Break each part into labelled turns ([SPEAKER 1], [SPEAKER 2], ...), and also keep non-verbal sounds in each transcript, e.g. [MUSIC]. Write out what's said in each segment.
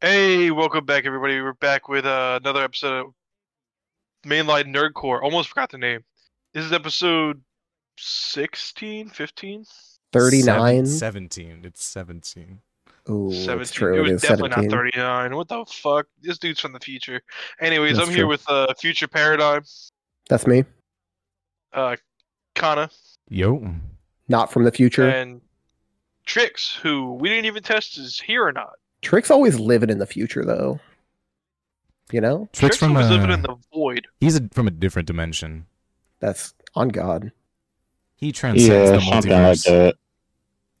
[SPEAKER 1] Hey, welcome back, everybody. We're back with uh, another episode of Mainline Nerdcore. Almost forgot the name. This is episode 16, 15?
[SPEAKER 2] 39.
[SPEAKER 3] Seven- 17. It's 17.
[SPEAKER 2] Ooh, it's
[SPEAKER 1] 17.
[SPEAKER 2] true.
[SPEAKER 1] it was
[SPEAKER 2] is
[SPEAKER 1] definitely
[SPEAKER 2] 17.
[SPEAKER 1] not 39. What the fuck? This dude's from the future. Anyways,
[SPEAKER 2] That's
[SPEAKER 1] I'm here
[SPEAKER 2] true.
[SPEAKER 1] with uh, Future Paradigm,
[SPEAKER 2] That's me.
[SPEAKER 1] uh, Kana,
[SPEAKER 3] Yo.
[SPEAKER 2] Not from the future.
[SPEAKER 1] and Trix, who we didn't even test is here or not.
[SPEAKER 2] Trick's always living in the future, though. You know?
[SPEAKER 3] Tricks from uh,
[SPEAKER 1] was
[SPEAKER 3] a,
[SPEAKER 1] living in the void.
[SPEAKER 3] He's a, from a different dimension.
[SPEAKER 2] That's on God.
[SPEAKER 3] He transcends
[SPEAKER 4] Yeah,
[SPEAKER 3] the
[SPEAKER 4] something like
[SPEAKER 3] multiverse.
[SPEAKER 4] that.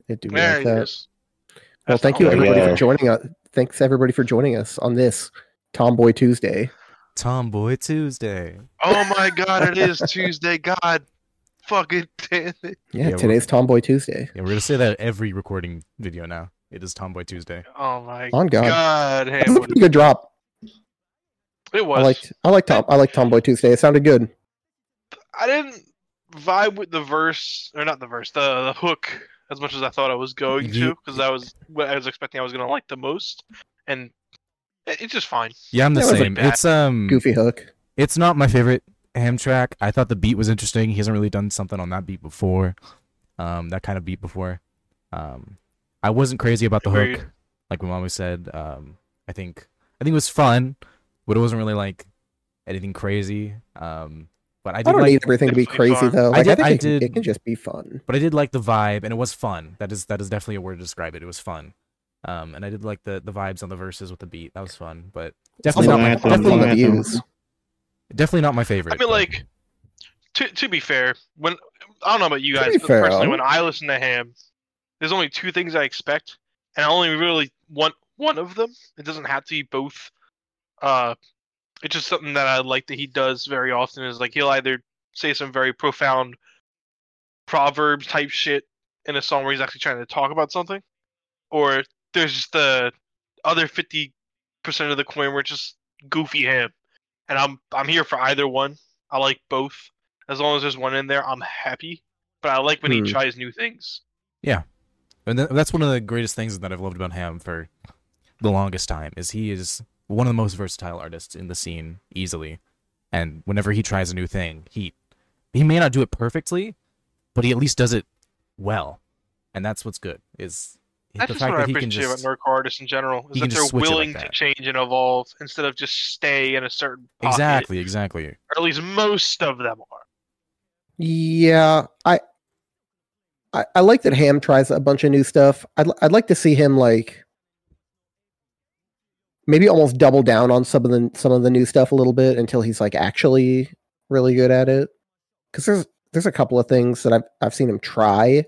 [SPEAKER 2] It do be
[SPEAKER 1] There
[SPEAKER 2] like
[SPEAKER 1] he
[SPEAKER 2] that.
[SPEAKER 1] is.
[SPEAKER 2] Well,
[SPEAKER 1] That's the
[SPEAKER 2] thank you
[SPEAKER 4] way
[SPEAKER 1] only-
[SPEAKER 2] everybody
[SPEAKER 4] we
[SPEAKER 2] for
[SPEAKER 4] are.
[SPEAKER 2] joining us. Thanks everybody for joining us on this Tomboy Tuesday.
[SPEAKER 3] Tomboy Tuesday.
[SPEAKER 1] Oh
[SPEAKER 2] [LAUGHS]
[SPEAKER 1] my god, it is Tuesday. God fucking damn it.
[SPEAKER 2] Yeah,
[SPEAKER 3] Yeah,
[SPEAKER 2] today's Tomboy Tuesday.
[SPEAKER 3] Yeah, we're going to say that every recording video now. It is Tomboy Tuesday.
[SPEAKER 1] Oh my
[SPEAKER 2] On God.
[SPEAKER 1] god.
[SPEAKER 2] That's a
[SPEAKER 1] Hamlin.
[SPEAKER 2] pretty good drop.
[SPEAKER 1] It was. I,
[SPEAKER 2] I liked I like Tom I like Tomboy Tuesday. It sounded good.
[SPEAKER 3] Mm.
[SPEAKER 1] didn't vibe with the verse, or not the verse, the, the hook as much as I thought I was going
[SPEAKER 3] Ye-
[SPEAKER 1] to, because that was what I was expecting I was going to like the most. And it, it's just fine.
[SPEAKER 3] Yeah, I'm the
[SPEAKER 2] That wasn't
[SPEAKER 3] same.
[SPEAKER 1] bad.
[SPEAKER 3] It's um
[SPEAKER 2] Goofy hook.
[SPEAKER 3] it's not my favorite ham track. I thought the beat was interesting. He hasn't really done something on that beat before. Um, that kind of beat before. Um, I wasn't crazy about the
[SPEAKER 1] Agreed.
[SPEAKER 3] hook, like my mom always said. Um, I think I think it was fun, but it wasn't really like anything crazy. Um, but I
[SPEAKER 2] I
[SPEAKER 3] did
[SPEAKER 2] don't
[SPEAKER 3] like,
[SPEAKER 2] need everything to be
[SPEAKER 1] Definitely
[SPEAKER 2] crazy
[SPEAKER 1] fun.
[SPEAKER 2] though.
[SPEAKER 3] I
[SPEAKER 2] Like I,
[SPEAKER 3] did-
[SPEAKER 2] think
[SPEAKER 3] I
[SPEAKER 2] it, can-
[SPEAKER 3] did-
[SPEAKER 2] it can just be fun.
[SPEAKER 3] but I did like the vibe, and it was fun. That is that is definitely a word to describe it. It was fun. Um, and I did like the the vibes on the verses with the beat. That was fun, but definitely
[SPEAKER 2] Also
[SPEAKER 3] not my,
[SPEAKER 2] fun
[SPEAKER 4] anthem,
[SPEAKER 2] for
[SPEAKER 3] definitely,
[SPEAKER 4] it's
[SPEAKER 2] the
[SPEAKER 4] an anthem.
[SPEAKER 2] views.
[SPEAKER 3] definitely not my favorite.
[SPEAKER 1] I mean,
[SPEAKER 3] but-
[SPEAKER 1] like, to, to be fair, when I don't know about you
[SPEAKER 2] To
[SPEAKER 1] guys,
[SPEAKER 2] be
[SPEAKER 1] but
[SPEAKER 2] fair,
[SPEAKER 1] personally,
[SPEAKER 2] I-
[SPEAKER 1] when I listen to Ham, there's only two things I expect, and I only really want one of them. It doesn't have to be both. Uh, it's just something that I like that he does very often. Is like he'll either say some very profound proverbs type shit in a song where he's actually trying to talk about something, or there's just the other fifty percent of the coin where it's just goofy ham. And I'm I'm here for either one. I like both. As long as there's one in there, I'm happy. But I like when
[SPEAKER 2] Hmm.
[SPEAKER 1] he tries new things.
[SPEAKER 3] And tha- that's one of the greatest things that I've loved about Ham for the longest time is he is one of the most versatile artists in the scene easily. And whenever he tries a new thing, he he may not do it perfectly, but he at least does it well. And that's what's good is
[SPEAKER 1] That's
[SPEAKER 3] the
[SPEAKER 1] just what
[SPEAKER 3] fact
[SPEAKER 1] I
[SPEAKER 3] that he can
[SPEAKER 1] appreciate
[SPEAKER 3] just
[SPEAKER 1] about nerdcore artists in general is
[SPEAKER 3] he
[SPEAKER 1] that
[SPEAKER 3] can just
[SPEAKER 1] they're
[SPEAKER 3] switch it like
[SPEAKER 1] willing
[SPEAKER 3] that.
[SPEAKER 1] to change and evolve instead of just stay in a certain pocket.
[SPEAKER 3] exactly exactly.
[SPEAKER 1] Or at least most of them are.
[SPEAKER 2] Yeah, I, I I like that Ham tries a bunch of new stuff. I'd l- I'd like to see him like maybe almost double down on some of the some of the new stuff a little bit until he's like actually really good at it. Because there's there's a couple of things that I've I've seen him try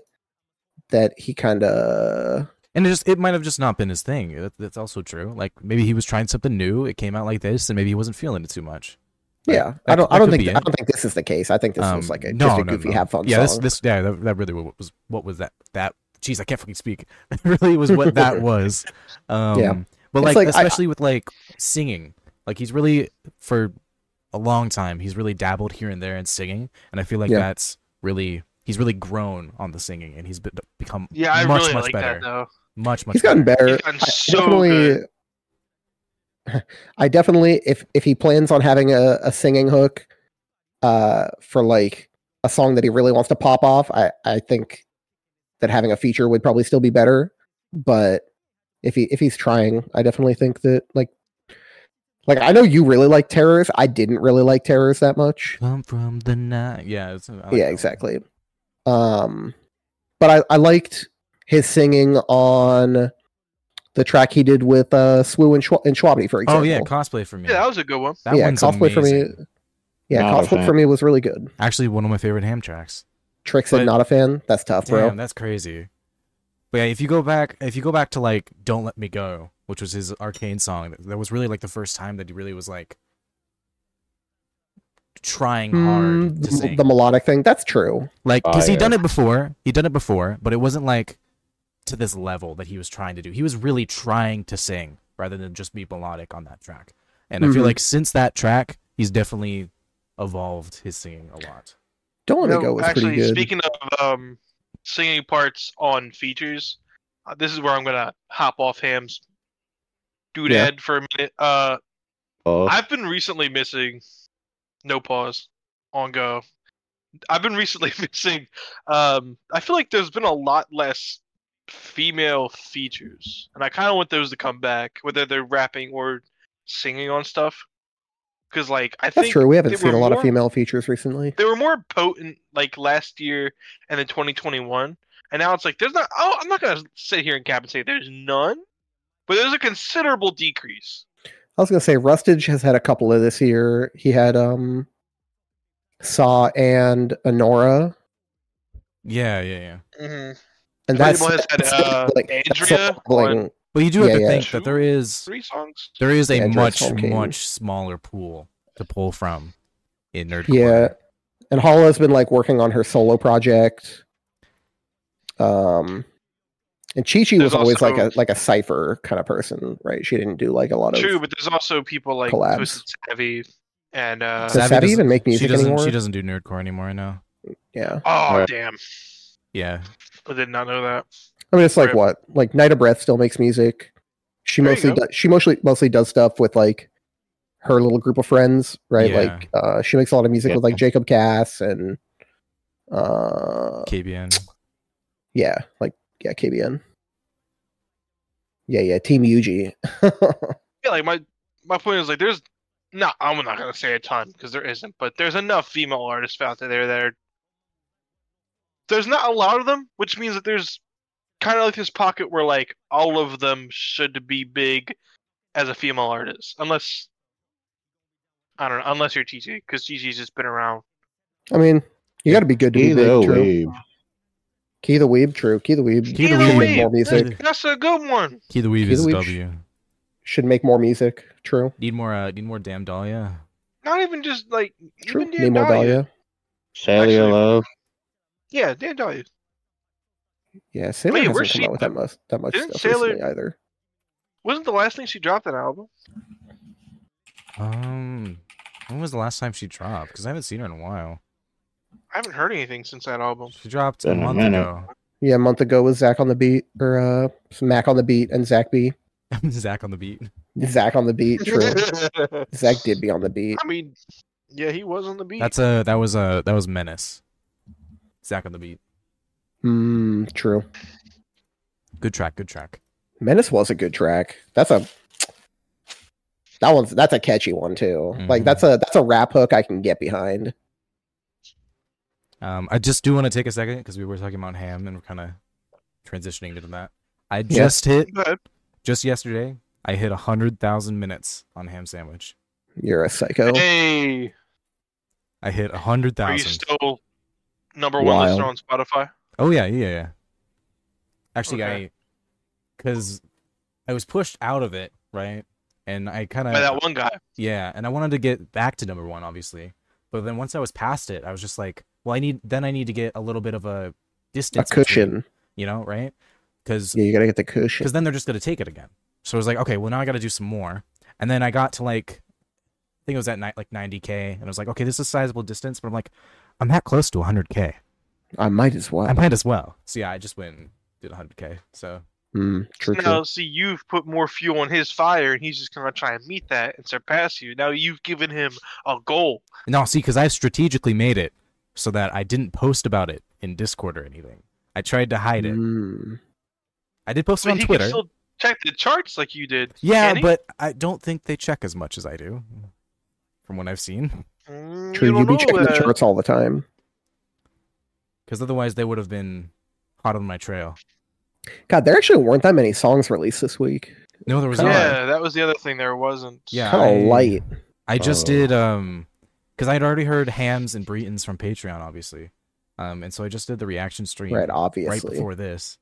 [SPEAKER 2] that he kind of
[SPEAKER 3] And it just it might have just not been his thing. That, that's also true. Like maybe he was trying something new, it came out like this, and maybe he wasn't feeling it too much. Like,
[SPEAKER 2] yeah. I
[SPEAKER 3] that-
[SPEAKER 2] don't
[SPEAKER 3] that
[SPEAKER 2] I don't
[SPEAKER 3] could
[SPEAKER 2] think
[SPEAKER 3] be
[SPEAKER 2] th-
[SPEAKER 3] it.
[SPEAKER 2] I don't think this is the case. I think this was
[SPEAKER 3] Um,
[SPEAKER 2] like a
[SPEAKER 3] no,
[SPEAKER 2] just a
[SPEAKER 3] no,
[SPEAKER 2] goofy
[SPEAKER 3] no.
[SPEAKER 2] have fun
[SPEAKER 3] yeah,
[SPEAKER 2] song.
[SPEAKER 3] this, this, yeah, that, that really wa- was what was that that. Jeez, I can't fucking speak. [LAUGHS] That really was
[SPEAKER 2] [LAUGHS]
[SPEAKER 3] what that was. Um,
[SPEAKER 2] Yeah.
[SPEAKER 3] but
[SPEAKER 2] It's
[SPEAKER 3] like,
[SPEAKER 2] like, I-
[SPEAKER 3] especially with like singing, like he's really for a long time he's really dabbled here and there in singing, and I feel like
[SPEAKER 2] Yeah.
[SPEAKER 3] that's really he's really grown on the singing, and he's be- become
[SPEAKER 1] Yeah, I
[SPEAKER 3] much
[SPEAKER 1] really
[SPEAKER 3] much
[SPEAKER 1] like
[SPEAKER 3] better,
[SPEAKER 1] that though.
[SPEAKER 3] much much.
[SPEAKER 2] he's gotten
[SPEAKER 3] better.
[SPEAKER 2] better.
[SPEAKER 1] He's gotten
[SPEAKER 2] I
[SPEAKER 1] so
[SPEAKER 2] definitely,
[SPEAKER 1] good.
[SPEAKER 2] [LAUGHS] I definitely, if if he plans on having a, a singing hook, uh, for like a song that he really wants to pop off, I I think that having a feature would probably still be better. But if he if he's trying, I definitely think that like like I know you really like terrors. I didn't really like terrors that much.
[SPEAKER 3] Come from the night. Yeah, it's, I like that
[SPEAKER 2] yeah,
[SPEAKER 3] one.
[SPEAKER 2] exactly. Um, but I I liked his singing on the track he did with uh Swoo and, Schw- and Schwabity, for example.
[SPEAKER 3] Oh yeah, cosplay for me.
[SPEAKER 1] Yeah, that was a good one.
[SPEAKER 3] that
[SPEAKER 2] yeah,
[SPEAKER 3] one's
[SPEAKER 2] Cosplay for me-
[SPEAKER 3] amazing.
[SPEAKER 2] Yeah,
[SPEAKER 4] Not a
[SPEAKER 2] Cosplay
[SPEAKER 4] fan.
[SPEAKER 2] for me was really good.
[SPEAKER 3] Actually, one of my favorite ham tracks.
[SPEAKER 2] Trick said
[SPEAKER 3] But-
[SPEAKER 2] not a fan. That's tough,
[SPEAKER 3] Damn,
[SPEAKER 2] bro.
[SPEAKER 3] that's crazy. But yeah, if you go back, if you go back to like "Don't Let Me Go," which was his Arcane song, that, that was really like the first time that he really was like trying
[SPEAKER 2] Mm,
[SPEAKER 3] hard to
[SPEAKER 2] the, oh,
[SPEAKER 3] sing.
[SPEAKER 2] the melodic thing. That's true.
[SPEAKER 3] like, because he
[SPEAKER 4] Fire.
[SPEAKER 3] done it before, he done it before, but it wasn't like to this level that he was trying to do. He was really trying to sing rather than just be melodic on that track. And I feel
[SPEAKER 2] Mhm.
[SPEAKER 3] like since that track, he's definitely evolved his singing a lot.
[SPEAKER 2] Don't let
[SPEAKER 1] No,
[SPEAKER 2] me go was
[SPEAKER 1] actually,
[SPEAKER 2] pretty good.
[SPEAKER 1] speaking of um, singing parts on features, uh, this is where I'm gonna hop off Ham's dude
[SPEAKER 2] Yeah.
[SPEAKER 1] Ed for a minute. Uh,
[SPEAKER 4] Oh,
[SPEAKER 1] I've been recently missing no pause on go. I've been recently [LAUGHS] missing. Um, I feel like there's been a lot less female features, and I kind of want those to come back, whether they're rapping or singing on stuff. Because like I
[SPEAKER 2] That's
[SPEAKER 1] think
[SPEAKER 2] true. We haven't
[SPEAKER 1] they
[SPEAKER 2] seen
[SPEAKER 1] were
[SPEAKER 2] a lot of
[SPEAKER 1] more-
[SPEAKER 2] female features recently.
[SPEAKER 1] they were more potent like last year and in 2021 and now it's like there's not oh, i'm not gonna sit here and cap and say there's none but there's a considerable decrease
[SPEAKER 2] I was gonna say Rustage has had a couple of this year. He had um Saw and Honora,
[SPEAKER 3] Yeah, yeah, yeah.
[SPEAKER 1] mm-hmm.
[SPEAKER 2] and
[SPEAKER 1] Tony
[SPEAKER 2] that's,
[SPEAKER 1] Boy has had,
[SPEAKER 2] that's still
[SPEAKER 1] uh,
[SPEAKER 2] bubbling. That's still
[SPEAKER 1] Andrea
[SPEAKER 2] bubbling.
[SPEAKER 3] But you do have
[SPEAKER 2] Yeah,
[SPEAKER 3] to
[SPEAKER 2] yeah.
[SPEAKER 3] think that there is
[SPEAKER 1] three songs
[SPEAKER 3] there is a
[SPEAKER 2] Yeah, Dress
[SPEAKER 3] much
[SPEAKER 2] Home King.
[SPEAKER 3] much smaller pool to pull from in nerd.
[SPEAKER 2] Yeah, and Holla's been like working on her solo project. Um, and Chi Chi was
[SPEAKER 1] There's
[SPEAKER 2] always like
[SPEAKER 1] also-
[SPEAKER 2] a like a cipher kind of person, right? She didn't do like a lot of.
[SPEAKER 1] true but there's also people like
[SPEAKER 2] collabs.
[SPEAKER 1] twisted savvy and uh
[SPEAKER 2] Does
[SPEAKER 3] Savvy
[SPEAKER 2] Savvy
[SPEAKER 3] doesn't-
[SPEAKER 2] even make
[SPEAKER 3] she
[SPEAKER 2] music
[SPEAKER 3] doesn't
[SPEAKER 2] anymore?
[SPEAKER 3] she doesn't do nerdcore anymore now.
[SPEAKER 2] yeah,
[SPEAKER 1] oh
[SPEAKER 4] Right.
[SPEAKER 1] damn
[SPEAKER 3] Yeah,
[SPEAKER 1] i did not know that
[SPEAKER 2] I mean it's like
[SPEAKER 1] Rip.
[SPEAKER 2] what like Night of Breath still makes music. She
[SPEAKER 1] There you
[SPEAKER 2] mostly
[SPEAKER 1] go.
[SPEAKER 2] does, she mostly mostly does stuff with like her little group of friends, right?
[SPEAKER 3] Yeah.
[SPEAKER 2] Like uh, she makes a lot of music
[SPEAKER 4] Yeah.
[SPEAKER 2] with like Jacob Cass and uh
[SPEAKER 3] KBN.
[SPEAKER 2] yeah, like yeah KBN. Yeah, yeah, Team Yuji. [LAUGHS]
[SPEAKER 1] yeah like my my point is like there's no i'm not gonna say a ton because there isn't but there's enough female artists out there that are there's not a lot of them which means that there's kind of like this pocket where like all of them should be big as a female artist unless i don't know unless you're tj because tj's just been around
[SPEAKER 2] I mean, you got to be good to be
[SPEAKER 4] either
[SPEAKER 2] big, true.
[SPEAKER 4] way,
[SPEAKER 2] Key the Weeb, true. Key the Weeb
[SPEAKER 3] Key the
[SPEAKER 2] should
[SPEAKER 3] Weeb.
[SPEAKER 2] make more music.
[SPEAKER 3] Either.
[SPEAKER 1] that's a good one
[SPEAKER 3] Key the Weave
[SPEAKER 2] Key the
[SPEAKER 3] is a
[SPEAKER 2] Weave
[SPEAKER 3] W.
[SPEAKER 2] Should make more music, true.
[SPEAKER 3] Need more. Uh, need more damn Dahlia.
[SPEAKER 1] not even just like
[SPEAKER 2] True.
[SPEAKER 1] even Dan
[SPEAKER 2] Nemo
[SPEAKER 1] Dahlia.
[SPEAKER 2] Dahlia.
[SPEAKER 4] Sally
[SPEAKER 1] Actually-
[SPEAKER 4] Love.
[SPEAKER 1] yeah dan Dahlia.
[SPEAKER 2] Yeah, Sailor
[SPEAKER 1] Wait,
[SPEAKER 2] hasn't
[SPEAKER 1] where's
[SPEAKER 2] come
[SPEAKER 1] she-
[SPEAKER 2] out with that much that much
[SPEAKER 1] Didn't
[SPEAKER 2] stuff
[SPEAKER 1] Sailor-
[SPEAKER 2] recently either.
[SPEAKER 1] wasn't the last thing she dropped an album
[SPEAKER 3] Um, when was the last time she dropped? Because I haven't seen her in a while.
[SPEAKER 1] i haven't heard anything since that album
[SPEAKER 3] She dropped a
[SPEAKER 4] Been a
[SPEAKER 3] month
[SPEAKER 4] minute.
[SPEAKER 3] ago. [LAUGHS]
[SPEAKER 2] Yeah, a month ago was Zach on the beat or uh Mac on the beat and Zach B.
[SPEAKER 3] Zach on the beat.
[SPEAKER 2] Zach on the beat, true.
[SPEAKER 1] [LAUGHS]
[SPEAKER 2] Zach did be on the beat.
[SPEAKER 1] I mean, yeah, he was on the beat.
[SPEAKER 3] That's a that was a that was menace. Zach on the beat.
[SPEAKER 2] Mm, true.
[SPEAKER 3] Good track. Good track.
[SPEAKER 2] Menace was a good track. That's a that one's that's a catchy one too. Like
[SPEAKER 3] Mhm.
[SPEAKER 2] that's a that's a rap hook I can get behind.
[SPEAKER 3] Um, I just do want to take a second because we were talking about ham and we're kind of transitioning into that. I
[SPEAKER 2] Yeah.
[SPEAKER 3] just hit
[SPEAKER 1] But
[SPEAKER 3] just yesterday. I hit hundred thousand minutes on ham sandwich.
[SPEAKER 2] You're a psycho.
[SPEAKER 1] hey,
[SPEAKER 3] I hit hundred
[SPEAKER 1] are you
[SPEAKER 3] thousand.
[SPEAKER 1] still number one
[SPEAKER 2] Wild.
[SPEAKER 1] listener on Spotify?
[SPEAKER 3] Oh yeah, yeah, yeah. Actually,
[SPEAKER 1] Okay.
[SPEAKER 3] I because I was pushed out of it, right? And I kind
[SPEAKER 1] By
[SPEAKER 3] of
[SPEAKER 1] that one guy.
[SPEAKER 3] yeah, and I wanted to get back to number one, obviously. But then once I was past it, I was just like, well, I need then I need to get a little bit of a
[SPEAKER 2] a
[SPEAKER 3] distance, between,
[SPEAKER 2] cushion.
[SPEAKER 3] you know, right? Because
[SPEAKER 2] Yeah, you gotta get the cushion.
[SPEAKER 3] because then they're just gonna take it again. So I was like, okay, well now I got to do some more. And then I got to like, I think it was at night like 90k, and I was like, okay, this is a sizable distance, but I'm like, I'm that close to 100k.
[SPEAKER 2] I might as well.
[SPEAKER 3] I might as well. So yeah, I just went and did 100k. So
[SPEAKER 2] Mm, true, true.
[SPEAKER 1] Now, see, you've put more fuel on his fire, and he's just gonna try and meet that and surpass you. Now you've given him a goal.
[SPEAKER 3] no, see, because I strategically made it so that I didn't post about it in Discord or anything. I tried to hide it.
[SPEAKER 2] Mm.
[SPEAKER 3] I did post it
[SPEAKER 1] But
[SPEAKER 3] on
[SPEAKER 1] he
[SPEAKER 3] Twitter.
[SPEAKER 1] can still check the charts like you did.
[SPEAKER 3] yeah,
[SPEAKER 1] can he?
[SPEAKER 3] but I don't think they check as much as I do, from what I've seen.
[SPEAKER 1] Mm,
[SPEAKER 2] True,
[SPEAKER 1] you
[SPEAKER 2] you,
[SPEAKER 1] don't
[SPEAKER 2] be
[SPEAKER 1] know
[SPEAKER 2] checking the
[SPEAKER 1] that.
[SPEAKER 2] charts all the time.
[SPEAKER 3] Because otherwise, they would have been hot on my trail.
[SPEAKER 2] God, there actually weren't that many songs released this week.
[SPEAKER 3] No, there was
[SPEAKER 2] Come
[SPEAKER 3] not.
[SPEAKER 2] on.
[SPEAKER 1] Yeah, that was the other thing. There wasn't.
[SPEAKER 3] Yeah.
[SPEAKER 2] Kind
[SPEAKER 3] I-
[SPEAKER 2] of light.
[SPEAKER 3] I just
[SPEAKER 4] Oh.
[SPEAKER 3] did um because I'd already heard Hams and Bretons from Patreon, obviously. Um and so I just did the reaction stream
[SPEAKER 2] Right,
[SPEAKER 3] right
[SPEAKER 2] obviously.
[SPEAKER 3] before this.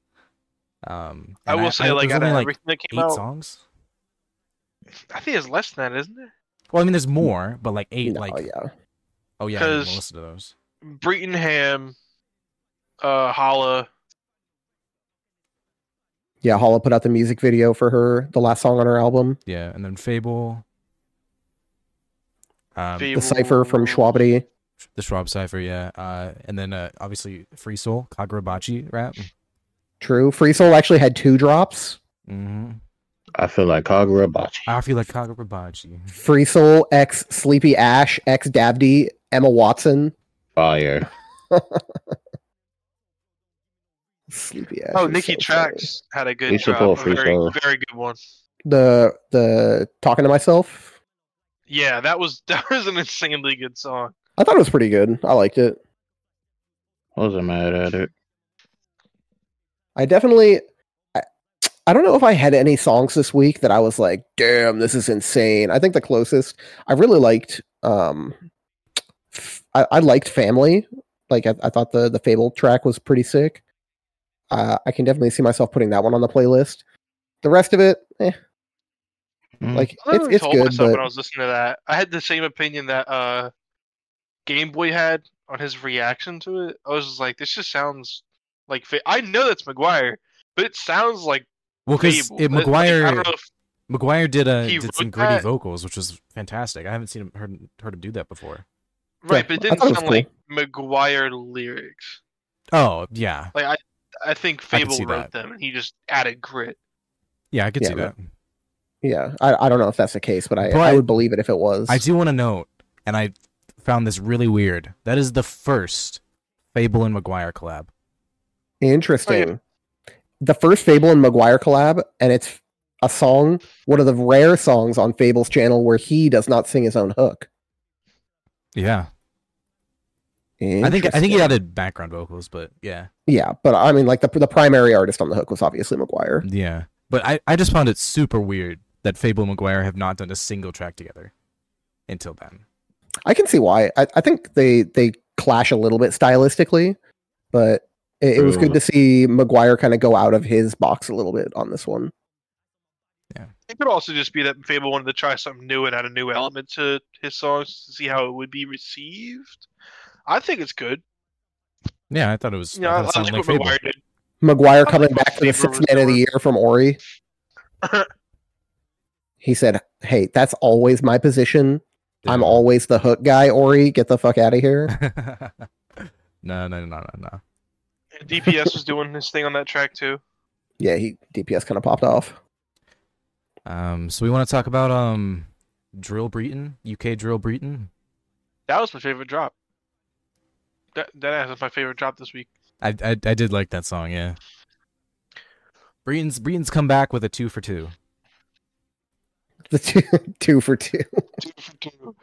[SPEAKER 3] Um
[SPEAKER 1] I
[SPEAKER 3] and
[SPEAKER 1] will say, like,
[SPEAKER 3] there's
[SPEAKER 1] out of
[SPEAKER 3] only, like
[SPEAKER 1] everything that
[SPEAKER 3] eight
[SPEAKER 1] came out,
[SPEAKER 3] songs.
[SPEAKER 1] I think it's less than that, isn't it?
[SPEAKER 3] Well, I mean there's more, but like eight
[SPEAKER 2] no,
[SPEAKER 3] like
[SPEAKER 2] yeah.
[SPEAKER 3] oh yeah, I didn't
[SPEAKER 1] 'Cause-
[SPEAKER 3] listen to those.
[SPEAKER 1] Breton Ham, uh, Holla.
[SPEAKER 2] Yeah, Holla put out the music video for her, the last song on her album,
[SPEAKER 3] Yeah, and then Fable. Um
[SPEAKER 1] Fable.
[SPEAKER 2] The Cypher from Schwabity.
[SPEAKER 3] the Schwab Cypher, yeah. Uh and then uh obviously Free Soul, Kagurabachi rap.
[SPEAKER 2] True. Free Soul actually had two drops.
[SPEAKER 3] Mm-hmm.
[SPEAKER 4] I feel like Kagurabachi.
[SPEAKER 3] I feel like Kagurabachi.
[SPEAKER 2] Free Soul X Sleepy Ash X Dabney Emma Watson.
[SPEAKER 4] Fire.
[SPEAKER 2] Sleepy Ash.
[SPEAKER 1] Oh,
[SPEAKER 2] is
[SPEAKER 1] Nikki
[SPEAKER 2] so funny.
[SPEAKER 1] Trax had a good
[SPEAKER 4] We
[SPEAKER 1] job.
[SPEAKER 4] support
[SPEAKER 1] a
[SPEAKER 4] free
[SPEAKER 1] very,
[SPEAKER 4] throws.
[SPEAKER 1] very good one.
[SPEAKER 2] The the talking to myself.
[SPEAKER 1] Yeah, that was [LAUGHS] that was an insanely good song.
[SPEAKER 2] I thought it was pretty good. I liked it.
[SPEAKER 4] Wasn't mad at it.
[SPEAKER 2] I definitely. I, I don't know if I had any songs this week that I was like, "Damn, this is insane." I think the closest I really liked. Um, f- I, I liked "Family." Like I, I thought the the Fable track was pretty sick. Uh, I can definitely see myself putting that one on the playlist. The rest of it, eh,
[SPEAKER 4] Mm.
[SPEAKER 2] like
[SPEAKER 1] I
[SPEAKER 2] it's
[SPEAKER 1] literally
[SPEAKER 2] it's
[SPEAKER 1] told
[SPEAKER 2] good,
[SPEAKER 1] myself
[SPEAKER 2] but
[SPEAKER 1] when I was listening to that, I had the same opinion that uh, Game Boy had on his reaction to it. I was just like, this just sounds like fa- I know that's McGuire, but it sounds like
[SPEAKER 3] Well, because
[SPEAKER 1] Fable. Like, I
[SPEAKER 3] McGuire
[SPEAKER 1] don't know if-
[SPEAKER 3] McGuire did a
[SPEAKER 1] He
[SPEAKER 3] did some
[SPEAKER 1] wrote
[SPEAKER 3] gritty
[SPEAKER 1] that?
[SPEAKER 3] vocals, which was fantastic. I haven't seen him heard heard him do that before.
[SPEAKER 1] right, but it
[SPEAKER 2] I
[SPEAKER 1] didn't
[SPEAKER 2] thought it was
[SPEAKER 1] sound like McGuire lyrics.
[SPEAKER 3] Oh yeah,
[SPEAKER 1] Like I, I think
[SPEAKER 3] I can
[SPEAKER 1] Fable
[SPEAKER 3] see
[SPEAKER 1] wrote
[SPEAKER 3] that.
[SPEAKER 1] them, and he just added grit.
[SPEAKER 3] yeah, I could
[SPEAKER 2] Yeah,
[SPEAKER 3] see
[SPEAKER 2] but-
[SPEAKER 3] that.
[SPEAKER 2] yeah, I, I don't know if that's the case, but I, I
[SPEAKER 3] But-
[SPEAKER 2] would believe it if it was.
[SPEAKER 3] I do want to note, and I found this really weird. That is the first Fable and McGuire collab.
[SPEAKER 2] Interesting. The first Fable and Maguire collab, and it's a song, one of the rare songs on Fable's channel where he does not sing his own hook.
[SPEAKER 3] Yeah, I think I think he
[SPEAKER 2] Interesting.
[SPEAKER 3] added background vocals, but yeah,
[SPEAKER 2] yeah, but I mean, like the the primary artist on the hook was obviously Maguire.
[SPEAKER 3] yeah. But I I just found it super weird that Fable and McGuire have not done a single track together until then.
[SPEAKER 2] I can see why. I, I think they they clash a little bit stylistically, but it, it was good
[SPEAKER 4] True.
[SPEAKER 2] to see Maguire kind of go out of his box a little bit on this one.
[SPEAKER 1] It could also just be that Fable wanted to try something new and add a new element to his songs to see how it would be received. I think it's good.
[SPEAKER 3] Yeah, I thought it was.
[SPEAKER 1] Yeah,
[SPEAKER 3] I thought it sounded
[SPEAKER 1] what
[SPEAKER 3] like Fable.
[SPEAKER 1] McGuire did.
[SPEAKER 2] Maguire
[SPEAKER 1] Probably
[SPEAKER 2] coming
[SPEAKER 1] my
[SPEAKER 2] back to the
[SPEAKER 1] favorite
[SPEAKER 2] sixth man of the
[SPEAKER 1] resort.
[SPEAKER 2] year from Ori. he said, "Hey, that's always my position. I'm always the hook guy, Ori. Get the fuck out of here.
[SPEAKER 3] [LAUGHS] no, no, no, no, no.
[SPEAKER 1] And DPS was doing his thing on that track too.
[SPEAKER 2] Yeah, he DPS kind of popped off. [LAUGHS]
[SPEAKER 3] Um, so we want to talk about um, Drill Breton, UK Drill Breton.
[SPEAKER 1] That was my favorite drop. That that is my favorite drop this week.
[SPEAKER 3] I, I I did like that song, yeah. Breton's Breton's come back with a two for two.
[SPEAKER 2] The two, two for two. [LAUGHS]
[SPEAKER 1] Two for two.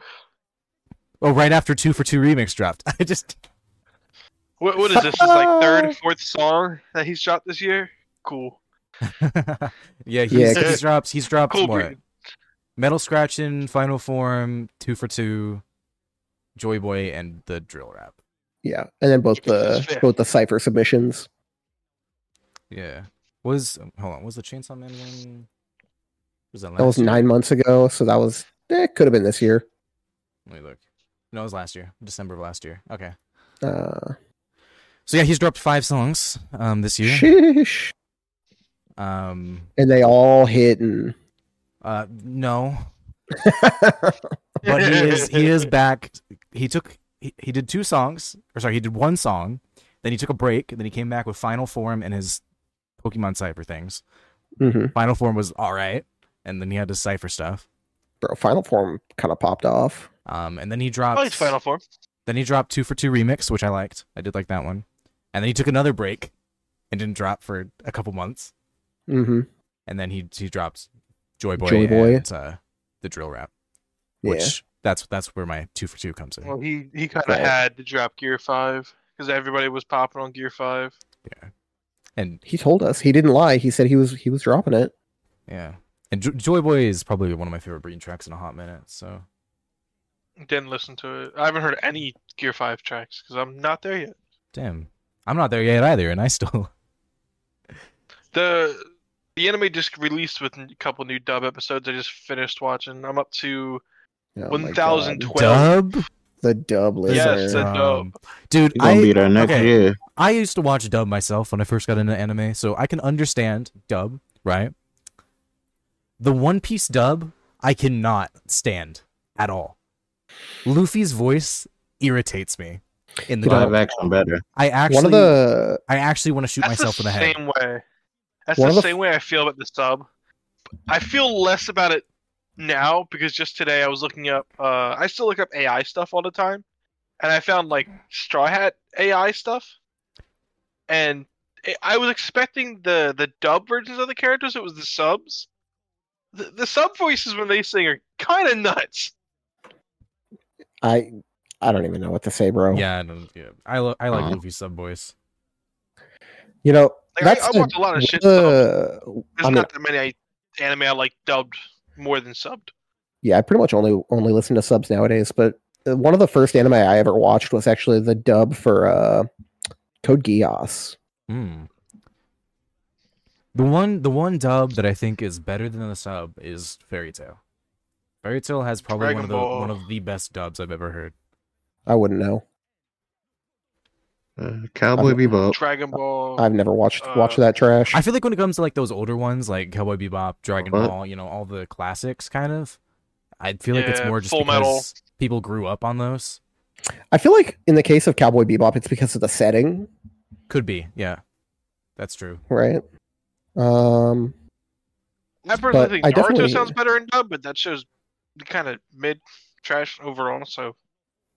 [SPEAKER 3] Oh, right after two for two remix dropped. [LAUGHS] I just
[SPEAKER 1] What what is this? This is like third, fourth song that he's dropped this year. Cool.
[SPEAKER 3] yeah, he's,
[SPEAKER 2] Yeah,
[SPEAKER 3] he's dropped he's dropped
[SPEAKER 1] Cool
[SPEAKER 3] what?
[SPEAKER 1] Breton.
[SPEAKER 3] Metal Scratchin', Final Form, Two for Two, Joy Boy, and the Drill Rap.
[SPEAKER 2] Yeah, and then both
[SPEAKER 1] That's
[SPEAKER 2] the
[SPEAKER 1] fair.
[SPEAKER 2] both the cipher submissions.
[SPEAKER 3] Yeah. Was hold on, was the Chainsaw Man one? Was that last
[SPEAKER 2] That was
[SPEAKER 3] year?
[SPEAKER 2] nine months ago, so that was eh, could have been this year.
[SPEAKER 3] Let me look. No, it was last year. December of last year. Okay.
[SPEAKER 2] Uh,
[SPEAKER 3] So yeah, he's dropped five songs um this year.
[SPEAKER 2] sheesh.
[SPEAKER 3] Um
[SPEAKER 2] And they all hit, and [LAUGHS]
[SPEAKER 3] uh no. But he is
[SPEAKER 2] [LAUGHS]
[SPEAKER 3] he is back. He took he, he did two songs, or sorry, he did one song, then he took a break, and then he came back with Final Form and his Pokemon Cypher things.
[SPEAKER 2] Mhm.
[SPEAKER 3] Final Form was alright, and then he had his Cypher stuff.
[SPEAKER 2] bro, Final Form kind of popped off.
[SPEAKER 3] Um and then he
[SPEAKER 1] I
[SPEAKER 2] Oh,
[SPEAKER 3] dropped
[SPEAKER 1] liked Final Form.
[SPEAKER 3] Then he dropped two for two remix, which I liked. I did like that one. And then he took another break and didn't drop for a couple months.
[SPEAKER 2] Mm-hmm.
[SPEAKER 3] And then he he dropped Joy Boy,
[SPEAKER 2] Joy Boy.
[SPEAKER 3] and uh, the drill rap, which
[SPEAKER 2] Yeah,
[SPEAKER 3] that's that's where my two for two comes in.
[SPEAKER 1] Well, he he kind of
[SPEAKER 2] Right.
[SPEAKER 1] had to drop Gear Five because everybody was popping on Gear Five.
[SPEAKER 3] and
[SPEAKER 2] he told us he didn't lie. He said he was he was dropping it.
[SPEAKER 3] yeah, and jo- Joy Boy is probably one of my favorite breeding tracks in a hot minute. So
[SPEAKER 1] Didn't listen to it. I haven't heard any Gear Five tracks because I'm not there yet.
[SPEAKER 3] damn, I'm not there yet either, and I still [LAUGHS]
[SPEAKER 1] The the anime just released with a couple new dub episodes. I just finished watching. I'm up to
[SPEAKER 2] Oh my God.
[SPEAKER 1] 1012.
[SPEAKER 3] dub. Um,
[SPEAKER 2] The dub
[SPEAKER 1] Yes, the
[SPEAKER 2] lizard.
[SPEAKER 1] dub.
[SPEAKER 3] dude,
[SPEAKER 4] He's gonna
[SPEAKER 3] I
[SPEAKER 4] be there next
[SPEAKER 3] okay.
[SPEAKER 4] year.
[SPEAKER 3] I used to watch dub myself when I first got into anime, so I can understand dub, right? The One Piece dub, I cannot stand at all. Luffy's voice irritates me. In the
[SPEAKER 2] You know,
[SPEAKER 3] dub,
[SPEAKER 4] Live action better.
[SPEAKER 3] I actually,
[SPEAKER 2] One of the
[SPEAKER 3] I actually want to shoot
[SPEAKER 1] That's
[SPEAKER 3] myself in
[SPEAKER 1] the
[SPEAKER 3] the head.
[SPEAKER 1] same way. That's
[SPEAKER 2] One
[SPEAKER 1] the
[SPEAKER 2] of the-
[SPEAKER 1] same way I feel about the sub. I feel less about it now because just today I was looking up. Uh, I still look up AI stuff all the time, and I found like Straw Hat AI stuff, and I- I was expecting the the dub versions of the characters. It was the subs. The, the sub voices when they sing are kind of nuts.
[SPEAKER 2] I I don't even know what to say, bro.
[SPEAKER 3] Yeah, I don't. Yeah, I, lo- I like
[SPEAKER 4] Uh-huh.
[SPEAKER 3] Luffy's sub voice.
[SPEAKER 2] You know,
[SPEAKER 1] Like,
[SPEAKER 2] that's
[SPEAKER 1] I, I
[SPEAKER 2] the-
[SPEAKER 1] watch a lot of shit. dubbed.
[SPEAKER 2] uh,
[SPEAKER 1] There's
[SPEAKER 2] I mean-
[SPEAKER 1] not that many I, anime I like dubbed more than subbed.
[SPEAKER 2] yeah, I pretty much only only listen to subs nowadays. But uh, one of the first anime I ever watched was actually the dub for uh, Code Geass.
[SPEAKER 3] Hmm. The one, the one dub that I think is better than the sub is Fairy Tail. Fairy Tail has probably one
[SPEAKER 1] Dragon
[SPEAKER 3] of the
[SPEAKER 1] Ball.
[SPEAKER 3] one of the best dubs I've ever heard.
[SPEAKER 2] I wouldn't know.
[SPEAKER 4] Uh, Cowboy Bebop.
[SPEAKER 1] Dragon Ball.
[SPEAKER 2] I've never watched
[SPEAKER 1] Uh,
[SPEAKER 2] watched that trash.
[SPEAKER 3] I feel like when it comes to like those older ones, like Cowboy Bebop, Dragon
[SPEAKER 4] What?
[SPEAKER 3] Ball, you know, all the classics, kind of. I feel like it's
[SPEAKER 1] Yeah,
[SPEAKER 3] more just
[SPEAKER 1] Full
[SPEAKER 3] because
[SPEAKER 1] Metal.
[SPEAKER 3] people grew up on those.
[SPEAKER 2] I feel like in the case of Cowboy Bebop, it's because of the setting,
[SPEAKER 3] Could be, yeah, that's true.
[SPEAKER 2] right? Um,
[SPEAKER 1] I personally
[SPEAKER 2] but
[SPEAKER 1] think
[SPEAKER 2] I
[SPEAKER 1] Naruto
[SPEAKER 2] definitely-
[SPEAKER 1] sounds better in dub, but that show's kind of mid trash overall. So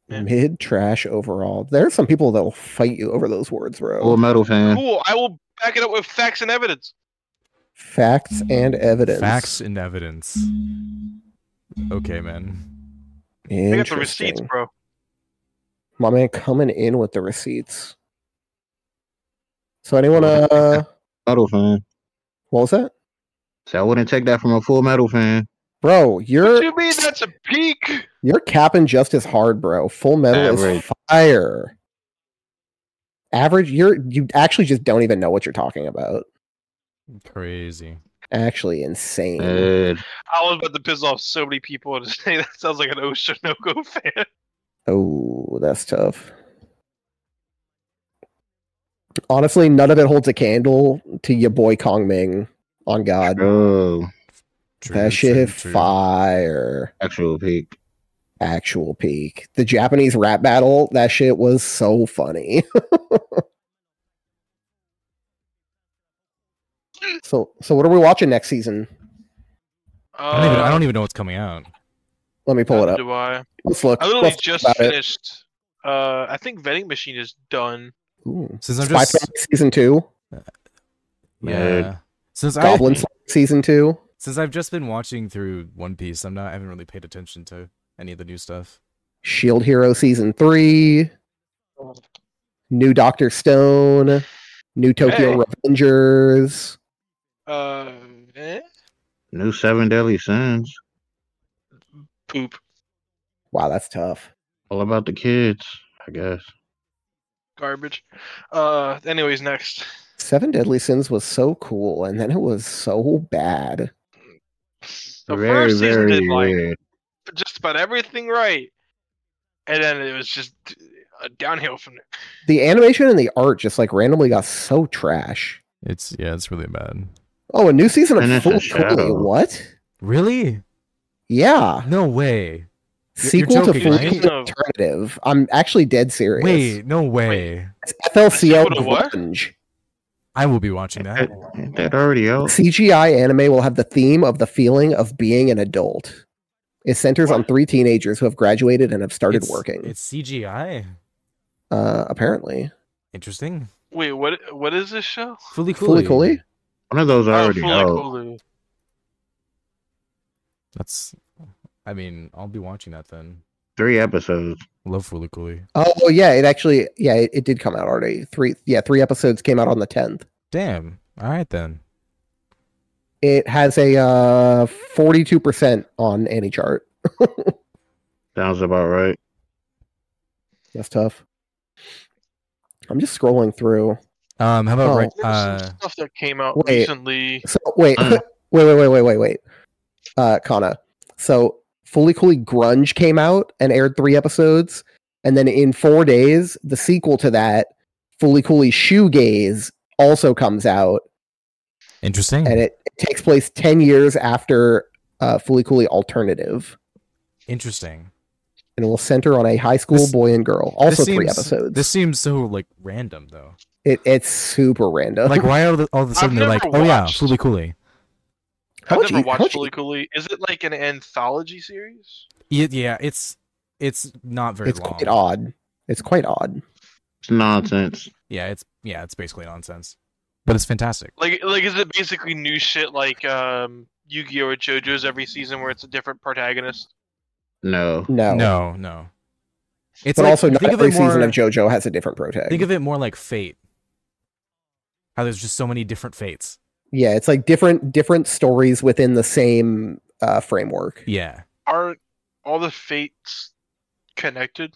[SPEAKER 1] Yeah.
[SPEAKER 2] mid trash overall. There are some people that will fight you over those words, bro.
[SPEAKER 4] Full Metal Fan.
[SPEAKER 1] cool. I will back it up with facts and evidence.
[SPEAKER 2] Facts and evidence.
[SPEAKER 3] Facts and evidence. Okay, man.
[SPEAKER 1] I
[SPEAKER 2] Interesting.
[SPEAKER 1] got the receipts, bro.
[SPEAKER 2] My man coming in with the receipts. So anyone uh
[SPEAKER 4] Metal Fan.
[SPEAKER 2] what was that?
[SPEAKER 4] So I wouldn't take that from a Full Metal Fan.
[SPEAKER 2] Bro,
[SPEAKER 1] What
[SPEAKER 2] you're
[SPEAKER 1] you mean that's a peak?
[SPEAKER 2] you're capping just as hard, bro. Full metal
[SPEAKER 4] Average.
[SPEAKER 2] is fire. Average, you're you actually just don't even know what you're talking about.
[SPEAKER 3] Crazy.
[SPEAKER 2] Actually insane.
[SPEAKER 1] Eh.
[SPEAKER 4] Mid.
[SPEAKER 1] I was about to piss off so many people and [LAUGHS] say that sounds like an Oshinoko [LAUGHS] fan.
[SPEAKER 2] Oh, that's tough. Honestly, none of it holds a candle to your boy Kong Ming. On God,
[SPEAKER 4] Oh,
[SPEAKER 3] True,
[SPEAKER 2] that
[SPEAKER 3] true,
[SPEAKER 2] shit
[SPEAKER 3] true.
[SPEAKER 2] fire.
[SPEAKER 4] actual peak.
[SPEAKER 2] Actual peak. The Japanese rap battle. That shit was so funny. [LAUGHS] so, so what are we watching next season?
[SPEAKER 3] I don't, even, I don't even know what's coming out.
[SPEAKER 2] Let me pull it up.
[SPEAKER 1] Uh, Do I?
[SPEAKER 2] Let's look.
[SPEAKER 1] I literally
[SPEAKER 2] Let's
[SPEAKER 1] just
[SPEAKER 2] talk about it.
[SPEAKER 1] finished. Uh, I think vending machine is done.
[SPEAKER 2] Ooh.
[SPEAKER 3] Since I'm
[SPEAKER 2] Spy
[SPEAKER 3] just
[SPEAKER 2] Family season two.
[SPEAKER 3] yeah. Since I
[SPEAKER 2] Goblin Slayer season two.
[SPEAKER 3] since I've just been watching through One Piece, I'm not I haven't really paid attention to any of the new stuff.
[SPEAKER 2] Shield Hero season three. new Doctor Stone, new Tokyo
[SPEAKER 1] Hey.
[SPEAKER 2] Revengers.
[SPEAKER 1] Uh, eh?
[SPEAKER 4] New Seven Deadly Sins.
[SPEAKER 1] poop.
[SPEAKER 2] Wow, that's tough.
[SPEAKER 4] All about the kids, I guess.
[SPEAKER 1] Garbage. Uh, anyways, next.
[SPEAKER 2] Seven Deadly Sins was so cool, and then it was so bad.
[SPEAKER 1] The
[SPEAKER 4] very,
[SPEAKER 1] first season
[SPEAKER 4] very
[SPEAKER 1] did like
[SPEAKER 4] weird.
[SPEAKER 1] just about everything right, and then it was just uh, downhill from there.
[SPEAKER 2] The animation and the art just like randomly got so trash.
[SPEAKER 3] It's yeah, it's really bad.
[SPEAKER 2] Oh, a new season
[SPEAKER 4] And
[SPEAKER 2] of
[SPEAKER 4] it's
[SPEAKER 2] Full
[SPEAKER 4] a
[SPEAKER 2] Fully.
[SPEAKER 4] shadow.
[SPEAKER 2] What?
[SPEAKER 3] Really?
[SPEAKER 2] Yeah.
[SPEAKER 3] No way. You're- you're
[SPEAKER 2] Sequel
[SPEAKER 3] joking,
[SPEAKER 2] to Full
[SPEAKER 3] right?
[SPEAKER 2] Fully Alternative. I'm actually dead serious.
[SPEAKER 3] Wait, no way.
[SPEAKER 2] It's FLCL
[SPEAKER 1] Sequel to what?
[SPEAKER 2] Revenge.
[SPEAKER 3] I will be watching that.
[SPEAKER 4] That, that already
[SPEAKER 3] Oh.
[SPEAKER 4] out.
[SPEAKER 2] CGI anime will have the theme of the feeling of being an adult. It centers on
[SPEAKER 1] What?
[SPEAKER 2] three teenagers who have graduated and have started
[SPEAKER 3] It's-
[SPEAKER 2] working.
[SPEAKER 3] It's CGI.
[SPEAKER 2] uh, apparently.
[SPEAKER 3] Interesting.
[SPEAKER 1] Wait, what? What is this show?
[SPEAKER 3] Fully cool.
[SPEAKER 2] Fully Cooley?
[SPEAKER 4] One of those
[SPEAKER 1] Oh,
[SPEAKER 4] already
[SPEAKER 1] Fully
[SPEAKER 4] out.
[SPEAKER 1] Cooley.
[SPEAKER 3] That's I mean, I'll be watching that then.
[SPEAKER 4] Three episodes.
[SPEAKER 3] Love Fully Cooley.
[SPEAKER 2] Oh well, yeah, it actually yeah, it, it did come out already. Three yeah, three episodes came out on the tenth.
[SPEAKER 3] Damn. All right then.
[SPEAKER 2] It has a uh forty two percent on any chart.
[SPEAKER 4] Sounds about right.
[SPEAKER 2] That's tough. I'm just scrolling through.
[SPEAKER 3] Um, how about
[SPEAKER 2] Oh.
[SPEAKER 3] right?
[SPEAKER 1] There was
[SPEAKER 3] Uh,
[SPEAKER 1] some stuff that came out
[SPEAKER 2] wait.
[SPEAKER 1] recently.
[SPEAKER 2] So wait,
[SPEAKER 4] Mm.
[SPEAKER 2] [LAUGHS] wait, wait, wait, wait, wait, wait. Uh Kana. So Fully Cooley Grunge came out and aired three episodes, and then in four days, the sequel to that, Fully Cooley Shoegaze, also comes out.
[SPEAKER 3] interesting.
[SPEAKER 2] and it, it takes place 10 years after uh, Fully Cooley Alternative
[SPEAKER 3] Interesting.
[SPEAKER 2] and will center on a high school
[SPEAKER 3] This-
[SPEAKER 2] boy and girl. Also,
[SPEAKER 3] This
[SPEAKER 2] three
[SPEAKER 3] seems-
[SPEAKER 2] episodes.
[SPEAKER 3] This seems so like random though.
[SPEAKER 2] it, it's super random.
[SPEAKER 3] Like why all, the, all of a sudden they're like,
[SPEAKER 1] never
[SPEAKER 3] oh yeah,
[SPEAKER 1] watched-
[SPEAKER 3] Fully Cooley.
[SPEAKER 2] How
[SPEAKER 1] I've
[SPEAKER 2] would
[SPEAKER 1] never
[SPEAKER 2] you- how
[SPEAKER 1] watched
[SPEAKER 2] would you-
[SPEAKER 1] Fully Cooley. Is it like an anthology series?
[SPEAKER 3] Yeah, yeah, it's it's not very
[SPEAKER 2] it's
[SPEAKER 3] long.
[SPEAKER 2] quite odd. It's quite odd.
[SPEAKER 4] It's nonsense.
[SPEAKER 3] Yeah, it's yeah, it's basically nonsense, but it's fantastic.
[SPEAKER 1] Like, like is it basically new shit like um, Yu-Gi-Oh or JoJo's every season where it's a different protagonist?
[SPEAKER 4] No.
[SPEAKER 2] No,
[SPEAKER 3] No, no. It's
[SPEAKER 2] but
[SPEAKER 3] like-
[SPEAKER 2] also not
[SPEAKER 3] think of
[SPEAKER 2] every
[SPEAKER 3] it more,
[SPEAKER 2] season of JoJo has a different protag.
[SPEAKER 3] Think of it more like Fate. How there's just so many different fates.
[SPEAKER 2] yeah, it's like different different stories within the same uh, framework,
[SPEAKER 3] Yeah,
[SPEAKER 1] Are all the fates connected?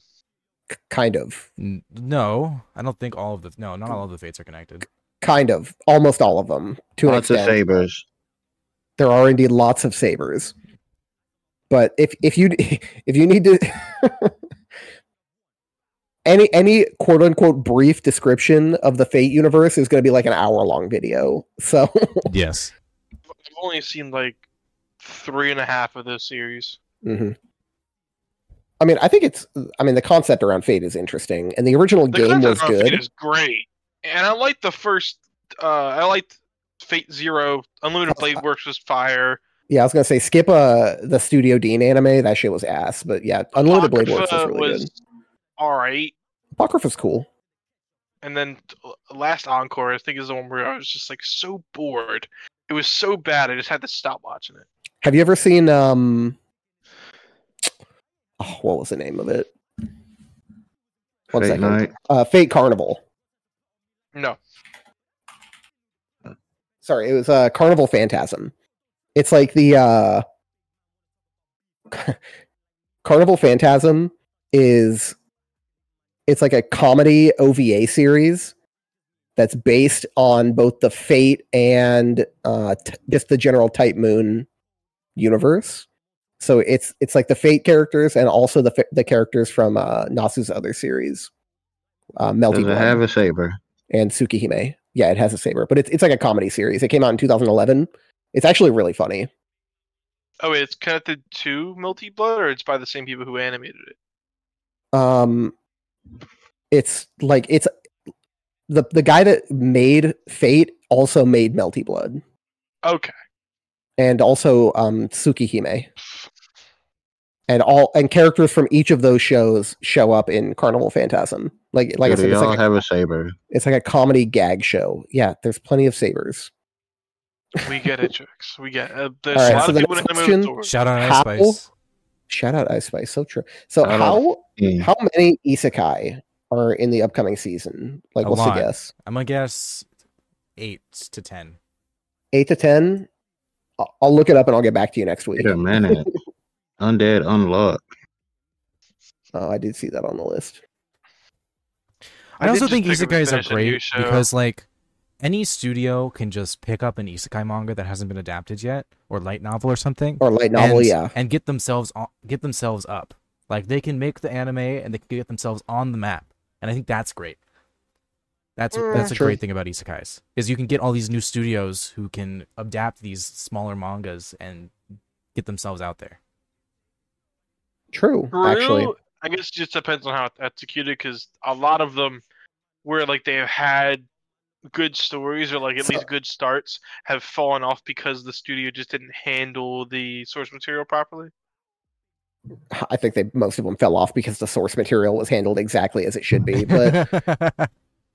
[SPEAKER 2] K- kind of,
[SPEAKER 3] N- no, I don't think all of the no, not all of the fates are connected.
[SPEAKER 2] kind of, almost all of them to an
[SPEAKER 4] Lots of
[SPEAKER 2] extent.
[SPEAKER 4] sabers.
[SPEAKER 2] there are indeed lots of sabers but if if you [LAUGHS] if you need to [LAUGHS] any any quote unquote brief description of the fate universe is going to be like an hour long video so [LAUGHS]
[SPEAKER 3] yes.
[SPEAKER 1] I've only seen like three and a half of those series.
[SPEAKER 2] mhm. i mean i think it's i mean the concept around fate is interesting and the original
[SPEAKER 1] The
[SPEAKER 2] game
[SPEAKER 1] concept
[SPEAKER 2] was
[SPEAKER 1] of
[SPEAKER 2] good
[SPEAKER 1] Fate is great, and I liked the first. Uh, I liked Fate Zero.
[SPEAKER 2] Uh,
[SPEAKER 1] Unlimited Blade Works was fire.
[SPEAKER 2] yeah i was going to say skip uh the studio dean anime that shit was ass but yeah unlimited blade works was
[SPEAKER 1] Apocrypha
[SPEAKER 2] really
[SPEAKER 1] was
[SPEAKER 2] good
[SPEAKER 1] all right.
[SPEAKER 2] apocrypha's cool
[SPEAKER 1] And then t- uh, last encore, I think, is the one where I was just like so bored. It was so bad, I just had to stop watching it.
[SPEAKER 2] Have you ever seen um oh, what was the name of it? One
[SPEAKER 4] Fate
[SPEAKER 2] second.
[SPEAKER 4] night.
[SPEAKER 2] Uh Fate Carnival.
[SPEAKER 1] No,
[SPEAKER 2] Sorry, it was uh Carnival Phantasm. It's like the uh Carnival Phantasm is it's like a comedy OVA series that's based on both the Fate and uh, t- just the general Type Moon universe. So it's it's like the Fate characters and also the fa- the characters from uh, Nasu's other series, uh, Melty
[SPEAKER 4] Does it
[SPEAKER 2] Blood
[SPEAKER 4] have a saber?
[SPEAKER 2] and Tsukihime. Yeah, it has a saber, but it's it's like a comedy series. It came out in 2011. It's actually really funny.
[SPEAKER 1] oh, wait, it's connected to Multi Blood, or it's by the same people who animated it.
[SPEAKER 2] um it's like it's the the guy that made fate also made melty blood
[SPEAKER 1] Okay,
[SPEAKER 2] and also um tsukihime and all and characters from each of those shows show up in carnival phantasm like like i
[SPEAKER 4] Do
[SPEAKER 2] said
[SPEAKER 4] they
[SPEAKER 2] it's
[SPEAKER 4] all
[SPEAKER 2] like, a,
[SPEAKER 4] have a saber?
[SPEAKER 2] it's like a comedy gag show yeah there's plenty of sabers
[SPEAKER 1] we get
[SPEAKER 2] [LAUGHS]
[SPEAKER 1] it, Jax. We get. Uh, there's
[SPEAKER 2] All
[SPEAKER 1] a
[SPEAKER 2] right,
[SPEAKER 1] lot
[SPEAKER 2] so
[SPEAKER 1] of
[SPEAKER 2] the
[SPEAKER 1] people in
[SPEAKER 2] next
[SPEAKER 1] the
[SPEAKER 2] question-
[SPEAKER 3] Shout out Ice
[SPEAKER 2] How?
[SPEAKER 3] Spice.
[SPEAKER 2] shout out ice spice so true so
[SPEAKER 4] I don't-
[SPEAKER 2] how
[SPEAKER 4] Hmm.
[SPEAKER 2] how many isekai are in the upcoming season like
[SPEAKER 3] A
[SPEAKER 2] what's
[SPEAKER 3] lot.
[SPEAKER 2] the guess
[SPEAKER 3] I'm gonna guess eight to ten.
[SPEAKER 2] eight to ten. I'll- I'll look it up and I'll get back to you next week.
[SPEAKER 4] Wait
[SPEAKER 2] [LAUGHS]
[SPEAKER 4] a minute. Undead Unlocked.
[SPEAKER 2] Oh, I did see that on the list.
[SPEAKER 3] I,
[SPEAKER 1] I
[SPEAKER 3] also
[SPEAKER 1] did just
[SPEAKER 3] think
[SPEAKER 1] pick up and
[SPEAKER 3] isekais are
[SPEAKER 1] finish a new
[SPEAKER 3] great
[SPEAKER 1] show.
[SPEAKER 3] because like any studio can just pick up an isekai manga that hasn't been adapted yet or light novel or something
[SPEAKER 2] Or light novel,
[SPEAKER 3] and,
[SPEAKER 2] yeah.
[SPEAKER 3] and get themselves on, get themselves up. Like they can make the anime and they can get themselves on the map. And I think that's great. That's
[SPEAKER 1] Mm.
[SPEAKER 3] that's a
[SPEAKER 2] True.
[SPEAKER 3] great thing about isekais is you can get all these new studios who can adapt these smaller mangas and get themselves out there.
[SPEAKER 2] True,
[SPEAKER 1] True.
[SPEAKER 2] actually.
[SPEAKER 1] I guess it just depends on how it's executed, because a lot of them, where like they have had good stories or like at
[SPEAKER 2] So-
[SPEAKER 1] least good starts, have fallen off because the studio just didn't handle the source material properly. [LAUGHS]
[SPEAKER 2] I think they most of them fell off because the source material was handled exactly as it should be.
[SPEAKER 3] [LAUGHS]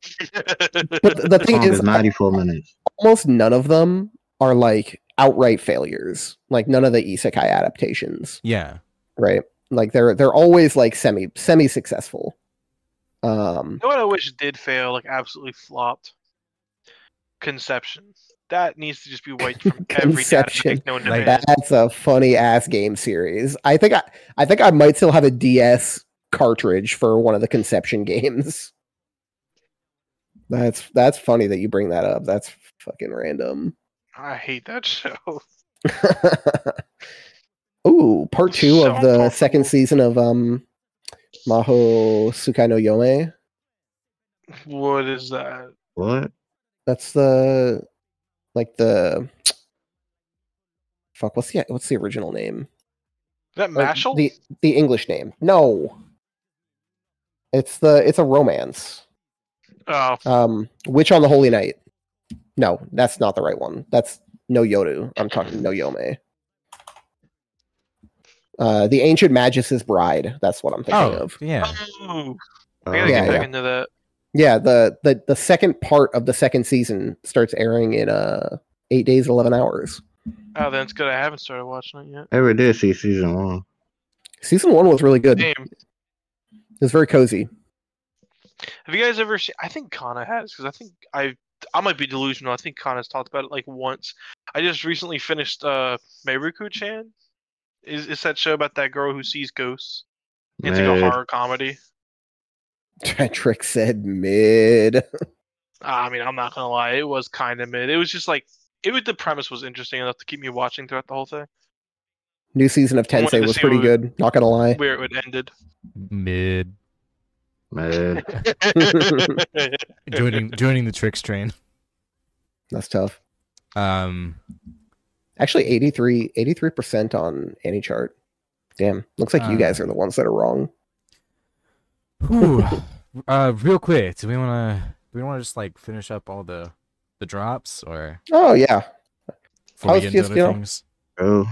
[SPEAKER 2] But but the thing
[SPEAKER 4] Song
[SPEAKER 2] is,
[SPEAKER 4] is 94 minutes.
[SPEAKER 2] almost none of them are like outright failures. Like none of the isekai adaptations,
[SPEAKER 3] yeah.
[SPEAKER 2] right? Like they're they're always like semi semi successful. Um,
[SPEAKER 1] You know what I wish did fail, like absolutely flopped? Conception. That needs to just be wiped
[SPEAKER 2] [LAUGHS]
[SPEAKER 1] from every
[SPEAKER 2] Conception.
[SPEAKER 1] data no one
[SPEAKER 3] Like
[SPEAKER 1] demands.
[SPEAKER 2] That's a funny ass game series. I think I, I think I might still have a DS cartridge for one of the conception games. That's that's funny that you bring that up. That's fucking random. [LAUGHS]
[SPEAKER 1] I hate that [LAUGHS] show.
[SPEAKER 2] Ooh, part two
[SPEAKER 1] So
[SPEAKER 2] of the second
[SPEAKER 1] uncomfortable.
[SPEAKER 2] season of um Maho Sukai no Yome.
[SPEAKER 1] What is that?
[SPEAKER 4] What?
[SPEAKER 2] That's the like the fuck. What's the what's the original name?
[SPEAKER 1] Is that
[SPEAKER 2] Or
[SPEAKER 1] Mashal?
[SPEAKER 2] The the English name. No. It's the it's a romance.
[SPEAKER 1] Oh,
[SPEAKER 2] Um Witch on the Holy Night. No, that's not the right one. That's no Yoru. I'm talking no Yome. Uh, the Ancient Magus' Bride. That's what I'm thinking
[SPEAKER 3] Oh,
[SPEAKER 2] of.
[SPEAKER 3] yeah.
[SPEAKER 1] Oh,
[SPEAKER 4] Oh,
[SPEAKER 1] I gotta
[SPEAKER 2] Yeah,
[SPEAKER 1] get back
[SPEAKER 2] yeah.
[SPEAKER 1] into that.
[SPEAKER 2] Yeah, the, the the second part of the second season starts airing in uh eight days, eleven hours.
[SPEAKER 1] Oh, then it's good. I haven't started watching it yet.
[SPEAKER 4] I ever did see season one.
[SPEAKER 2] Season one was really good. It
[SPEAKER 1] Damn.
[SPEAKER 2] was very cozy. [LAUGHS]
[SPEAKER 1] Have you guys ever seen? I think Kana has because I think I I might be delusional. I think Kana's talked about it like once. I just recently finished uh Meiruku Chan. Is it's that show about that girl who sees ghosts? It's like a
[SPEAKER 4] Man,
[SPEAKER 1] horror comedy.
[SPEAKER 2] Trick said mid.
[SPEAKER 1] I mean, I'm not gonna lie, it was kind of mid. It was just like it was the premise was interesting enough to keep me watching throughout the whole thing.
[SPEAKER 2] New season of
[SPEAKER 1] wanted
[SPEAKER 2] Tensei
[SPEAKER 1] to
[SPEAKER 2] was
[SPEAKER 1] see
[SPEAKER 2] pretty
[SPEAKER 1] what-
[SPEAKER 2] good. Not gonna
[SPEAKER 3] Eh.
[SPEAKER 2] lie.
[SPEAKER 1] Where it would ended.
[SPEAKER 3] [LAUGHS] Mid
[SPEAKER 4] man.
[SPEAKER 3] joining joining the tricks train.
[SPEAKER 2] That's tough.
[SPEAKER 3] Um,
[SPEAKER 2] Actually, 83 percent on any chart. Damn, looks like
[SPEAKER 3] Uh.
[SPEAKER 2] you guys are the ones that are wrong.
[SPEAKER 3] whew. uh, real quick, do we wanna do we wanna just like finish up all the the drops or
[SPEAKER 2] Oh yeah,
[SPEAKER 3] before
[SPEAKER 2] I
[SPEAKER 3] we
[SPEAKER 2] was
[SPEAKER 3] get into
[SPEAKER 2] just,
[SPEAKER 3] other
[SPEAKER 2] you know-
[SPEAKER 3] things?
[SPEAKER 4] Bro,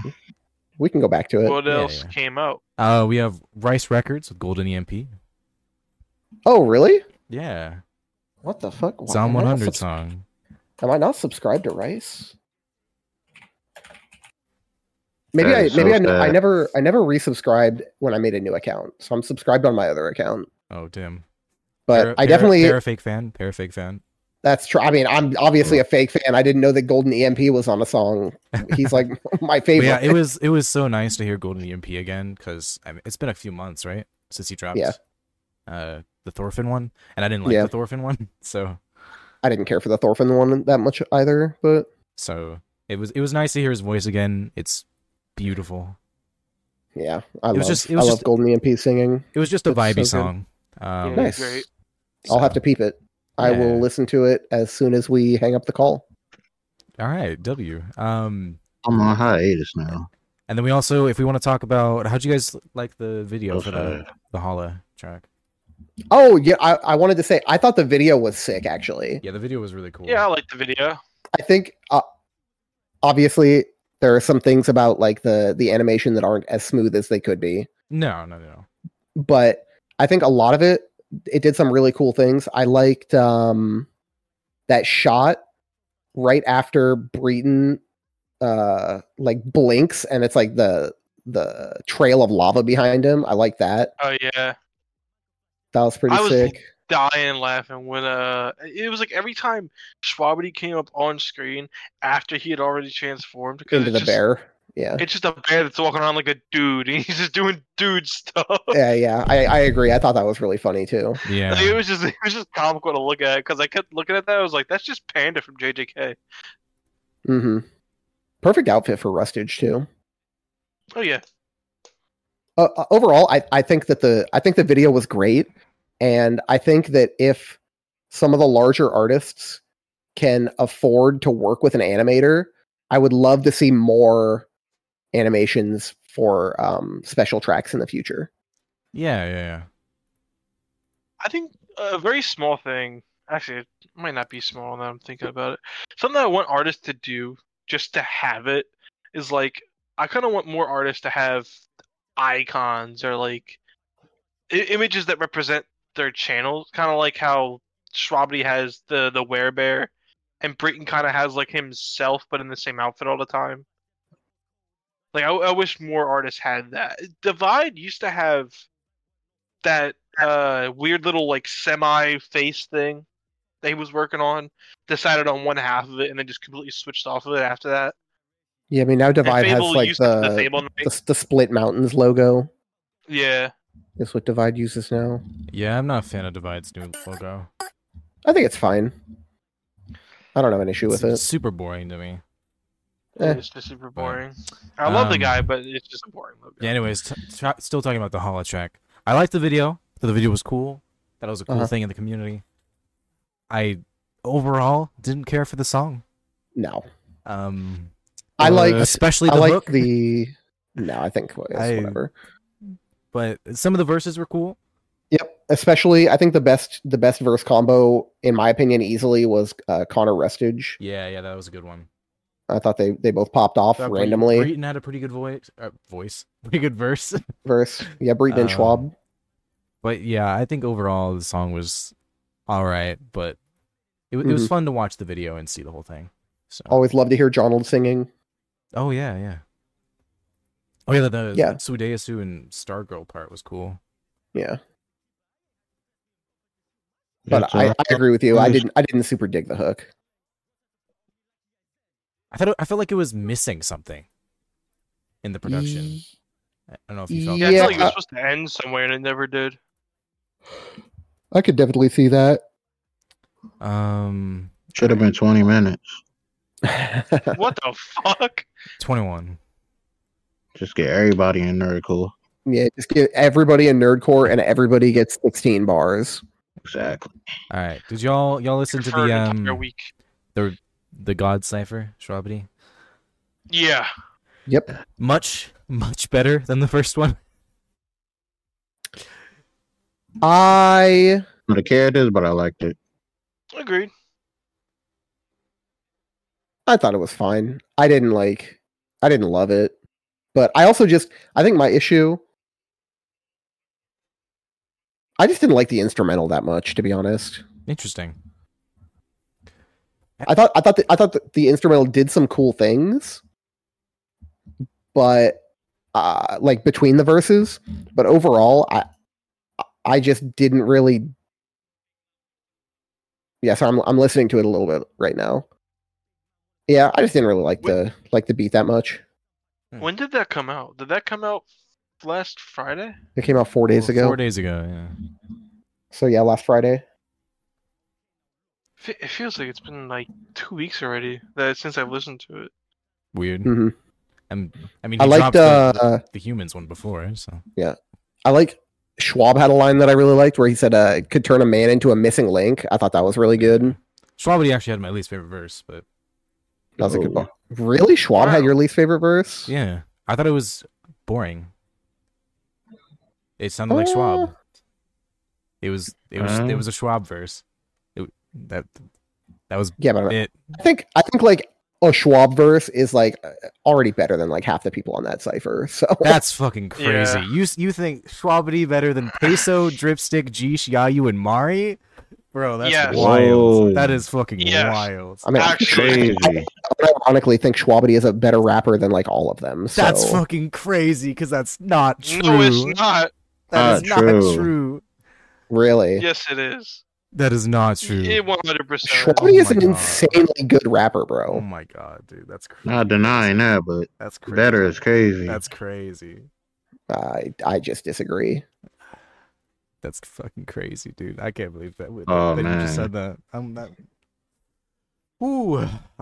[SPEAKER 2] we can go back to
[SPEAKER 1] [LAUGHS]
[SPEAKER 2] it.
[SPEAKER 1] what
[SPEAKER 3] Yeah,
[SPEAKER 1] else
[SPEAKER 3] yeah.
[SPEAKER 1] came out?
[SPEAKER 3] Uh, we have Rice Records with Golden E EMP.
[SPEAKER 2] oh really?
[SPEAKER 3] Yeah,
[SPEAKER 2] What the fuck? Why
[SPEAKER 3] Psalm
[SPEAKER 2] am I not
[SPEAKER 3] 100
[SPEAKER 2] subs-
[SPEAKER 3] song.
[SPEAKER 2] Am I not subscribed to Rice? Maybe
[SPEAKER 4] That
[SPEAKER 2] I
[SPEAKER 4] is
[SPEAKER 2] maybe
[SPEAKER 4] so
[SPEAKER 2] I, ne- I
[SPEAKER 4] sad.
[SPEAKER 2] never I never resubscribed when I made a new account, so I'm subscribed on my other account.
[SPEAKER 3] Oh, damn.
[SPEAKER 2] But
[SPEAKER 3] Para-
[SPEAKER 2] I
[SPEAKER 3] para-
[SPEAKER 2] definitely
[SPEAKER 3] para fake fan. Para fake fan.
[SPEAKER 2] that's true. I mean, I'm obviously a fake fan. I didn't know that Golden EMP was on a
[SPEAKER 3] [LAUGHS]
[SPEAKER 2] song. He's like [LAUGHS] my
[SPEAKER 3] But
[SPEAKER 2] favorite.
[SPEAKER 3] yeah, it was it was so nice to hear Golden EMP again because I mean, it's been a few months, right, since he dropped
[SPEAKER 2] Yeah.
[SPEAKER 3] uh, the Thorfinn one, and I didn't like
[SPEAKER 2] Yeah.
[SPEAKER 3] the Thorfinn one, [LAUGHS] so
[SPEAKER 2] I didn't care for the Thorfinn one that much either, but
[SPEAKER 3] so it was it was nice to hear his voice again. It's beautiful.
[SPEAKER 2] yeah, I
[SPEAKER 3] It
[SPEAKER 2] love
[SPEAKER 3] was just- it was
[SPEAKER 2] I
[SPEAKER 3] just-
[SPEAKER 2] love Golden EMP singing.
[SPEAKER 3] It was just a
[SPEAKER 2] It's so
[SPEAKER 3] vibey
[SPEAKER 2] good.
[SPEAKER 3] song. Um,
[SPEAKER 1] Yeah,
[SPEAKER 2] Nice.
[SPEAKER 1] great.
[SPEAKER 2] I'll have
[SPEAKER 3] so-
[SPEAKER 2] to peep it. I
[SPEAKER 3] Yeah.
[SPEAKER 2] will listen to it as soon as we hang up the call.
[SPEAKER 3] All right, W. Um,
[SPEAKER 4] I'm on hiatus now.
[SPEAKER 3] and then we also, if we want to talk about, how'd you guys like the video for the
[SPEAKER 4] Okay.
[SPEAKER 3] the Hala track?
[SPEAKER 2] Oh yeah, I, I wanted to say I thought the video was sick actually.
[SPEAKER 3] Yeah, the video was really cool.
[SPEAKER 1] Yeah, I like the video.
[SPEAKER 2] I think uh, obviously there are some things about like the the animation that aren't as smooth as they could be,
[SPEAKER 3] No, no, no.
[SPEAKER 2] but I think a lot of it it did some really cool things. I liked um that shot right after Breton uh like blinks and it's like the the trail of lava behind him. I like that.
[SPEAKER 1] Oh yeah,
[SPEAKER 2] That was pretty
[SPEAKER 1] I was-
[SPEAKER 2] sick.
[SPEAKER 1] dying laughing when uh, it was like every time Schwabity came up on screen after he had already transformed because
[SPEAKER 2] Into
[SPEAKER 1] it's
[SPEAKER 2] the
[SPEAKER 1] just-
[SPEAKER 2] bear. Yeah.
[SPEAKER 1] It's just a bear that's walking around like a dude, and he's just doing dude stuff.
[SPEAKER 2] yeah, yeah. I, I agree. I thought that was really funny too.
[SPEAKER 1] [LAUGHS]
[SPEAKER 3] Yeah.
[SPEAKER 1] Like, it was just it was just comical to look at because I kept looking at that. I was like, that's just Panda from JJK.
[SPEAKER 2] hmm Perfect outfit for Rustage too.
[SPEAKER 1] Oh yeah,
[SPEAKER 2] uh, uh, overall, I, I think that the I think the video was great, and I think that if some of the larger artists can afford to work with an animator, I would love to see more animations for um, special tracks in the future.
[SPEAKER 3] Yeah, yeah, yeah.
[SPEAKER 1] I think a very small thing. Actually, it might not be small now. that I'm thinking about it. Something I want artists to do just to have it is like I kind of want more artists to have icons or like I- images that represent their channel, kind of like how Schwabity has the the werebear, and Britain kind of has like himself, but in the same outfit all the time. Like I, I wish more artists had that. Divide used to have that uh weird little like semi face thing that he was working on. Decided on one half of it and then just completely switched off of it after that.
[SPEAKER 2] Yeah, I mean now
[SPEAKER 1] And
[SPEAKER 2] Divide has
[SPEAKER 1] Fable
[SPEAKER 2] like
[SPEAKER 1] used to have the
[SPEAKER 2] the
[SPEAKER 1] Fable Knight.
[SPEAKER 2] the, the Split Mountains logo.
[SPEAKER 1] Yeah.
[SPEAKER 2] Is what Divide uses now.
[SPEAKER 3] Yeah, I'm not a fan of Divide's new logo.
[SPEAKER 2] I think it's fine. I don't have an issue with
[SPEAKER 3] it's
[SPEAKER 2] it.
[SPEAKER 3] super boring to me.
[SPEAKER 2] Eh.
[SPEAKER 1] It's just super boring. I love the
[SPEAKER 3] Um,
[SPEAKER 1] guy, but it's just a boring logo.
[SPEAKER 3] Yeah. Anyways, t- tra- still talking about the Hala track. I liked the video. thought The video was cool. That was a cool
[SPEAKER 2] Uh-huh.
[SPEAKER 3] thing in the community. I overall didn't care for the song.
[SPEAKER 2] No,
[SPEAKER 3] Um,
[SPEAKER 2] I like
[SPEAKER 3] especially the
[SPEAKER 2] I like
[SPEAKER 3] hook,
[SPEAKER 2] the. No, I think it's
[SPEAKER 3] I-
[SPEAKER 2] whatever.
[SPEAKER 3] but some of the verses were cool.
[SPEAKER 2] Yep. Especially, I think the best the best verse combo, in my opinion, easily was uh, Connor Restage.
[SPEAKER 3] Yeah, yeah, that was a good one.
[SPEAKER 2] I thought they they both popped off
[SPEAKER 3] Uh, Bre-
[SPEAKER 2] randomly.
[SPEAKER 3] Breton had a pretty good voice, uh, voice, [LAUGHS] pretty good verse.
[SPEAKER 2] verse, yeah, Breeden and
[SPEAKER 3] Um,
[SPEAKER 2] Schwab.
[SPEAKER 3] But yeah, I think overall the song was all right, but it, wa- it
[SPEAKER 2] Mm-hmm.
[SPEAKER 3] was fun to watch the video and see the whole thing. So
[SPEAKER 2] Always love to hear Jonald singing.
[SPEAKER 3] oh yeah, yeah. Oh yeah, the, the
[SPEAKER 2] Yeah.
[SPEAKER 3] Sudeyasu and Stargirl part was cool.
[SPEAKER 2] Yeah, but
[SPEAKER 4] That's
[SPEAKER 2] I,
[SPEAKER 4] all.
[SPEAKER 2] I agree with you. I
[SPEAKER 4] Nice.
[SPEAKER 2] didn't I didn't super dig the hook.
[SPEAKER 3] I thought it, I felt like it was missing something in the production. I don't know if you felt
[SPEAKER 1] Yeah,
[SPEAKER 3] that.
[SPEAKER 1] I
[SPEAKER 2] Yeah,
[SPEAKER 1] feel like it was
[SPEAKER 2] uh,
[SPEAKER 1] supposed to end somewhere and it never
[SPEAKER 2] [LAUGHS]
[SPEAKER 1] did.
[SPEAKER 2] I could definitely see [LAUGHS] that. uh,
[SPEAKER 3] Um,
[SPEAKER 4] should have been 20 minutes.
[SPEAKER 1] What the fuck?
[SPEAKER 3] twenty-one.
[SPEAKER 4] Just get everybody in there, cool.
[SPEAKER 2] yeah, just give everybody a nerdcore and everybody gets 16 bars.
[SPEAKER 4] Exactly.
[SPEAKER 3] All right. Did y'all y'all listen to
[SPEAKER 1] For an
[SPEAKER 3] the
[SPEAKER 1] entire
[SPEAKER 3] um
[SPEAKER 1] week.
[SPEAKER 3] the the God Cipher Shrubity?
[SPEAKER 1] Yeah,
[SPEAKER 2] Yep.
[SPEAKER 3] Much much better than the first one.
[SPEAKER 2] I
[SPEAKER 4] Not a characters, but I liked it.
[SPEAKER 1] agreed.
[SPEAKER 2] I thought it was fine. I didn't like I didn't love it. But I also just I think my issue I just didn't like the instrumental that much to be honest.
[SPEAKER 3] Interesting.
[SPEAKER 2] I thought I thought that, I thought that the instrumental did some cool things, but uh, like between the verses. But overall, I I just didn't really. Yeah, so I'm I'm listening to it a little bit right now. Yeah, I just didn't really like the like the beat that much.
[SPEAKER 3] Hmm.
[SPEAKER 1] When did that come out? Did that come out last Friday?
[SPEAKER 2] It came out four days
[SPEAKER 3] Four-
[SPEAKER 2] ago.
[SPEAKER 3] Four days ago. Yeah.
[SPEAKER 2] So yeah, last Friday.
[SPEAKER 1] Fe- It feels like it's been like two weeks already that since I've listened to it.
[SPEAKER 3] Weird.
[SPEAKER 2] hmm
[SPEAKER 3] And I mean,
[SPEAKER 2] I
[SPEAKER 3] he
[SPEAKER 2] liked
[SPEAKER 3] dropped Mm-hmm. the,
[SPEAKER 2] uh,
[SPEAKER 3] the humans one before, so
[SPEAKER 2] I like Schwab had a line that I really liked where he said uh, it could turn a man into a missing link. I thought that was really good.
[SPEAKER 3] Schwabity actually had my least favorite verse, but
[SPEAKER 2] That was a good
[SPEAKER 4] Oh.
[SPEAKER 2] bar. Really? Schwab had
[SPEAKER 1] Wow.
[SPEAKER 2] your least favorite verse?
[SPEAKER 3] yeah, I thought it was boring. It sounded like Schwab.
[SPEAKER 2] Uh.
[SPEAKER 3] It was it was it
[SPEAKER 4] Uh.
[SPEAKER 3] was a Schwab verse. It, that that was
[SPEAKER 2] Yeah, but
[SPEAKER 3] it.
[SPEAKER 2] I think I think like a Schwab verse is like already better than like half the people on that cipher. [LAUGHS] So
[SPEAKER 3] That's fucking crazy.
[SPEAKER 1] Yeah.
[SPEAKER 3] You you think Schwabity better than Peso,
[SPEAKER 1] [LAUGHS]
[SPEAKER 3] Dripstick, Jeesh, Yayu, and Mari? Bro, that's
[SPEAKER 1] Yes.
[SPEAKER 3] wild.
[SPEAKER 4] Whoa.
[SPEAKER 3] That is fucking
[SPEAKER 1] Yes.
[SPEAKER 3] wild.
[SPEAKER 2] I mean, I
[SPEAKER 1] Actually,
[SPEAKER 4] Crazy.
[SPEAKER 2] [LAUGHS] ironically think Schwabity is a better rapper than like all of them. So
[SPEAKER 3] That's fucking crazy because that's not true.
[SPEAKER 1] no, it's not.
[SPEAKER 3] That is
[SPEAKER 4] Not
[SPEAKER 3] not
[SPEAKER 4] true.
[SPEAKER 3] true.
[SPEAKER 2] really.
[SPEAKER 1] Yes, it is.
[SPEAKER 3] That is not true.
[SPEAKER 1] It one hundred percent.
[SPEAKER 2] Schwabity
[SPEAKER 3] Oh
[SPEAKER 2] is
[SPEAKER 3] my
[SPEAKER 2] an
[SPEAKER 3] God.
[SPEAKER 2] insanely good rapper,
[SPEAKER 3] Oh
[SPEAKER 2] bro.
[SPEAKER 3] my god, dude, that's crazy.
[SPEAKER 4] Not denying that, but
[SPEAKER 3] That's crazy.
[SPEAKER 4] better is crazy.
[SPEAKER 3] That's crazy.
[SPEAKER 2] I I just disagree.
[SPEAKER 3] That's fucking crazy, dude. I can't believe that. Would,
[SPEAKER 4] Oh,
[SPEAKER 3] that you just
[SPEAKER 4] man.
[SPEAKER 3] said that. I'm not. Ooh,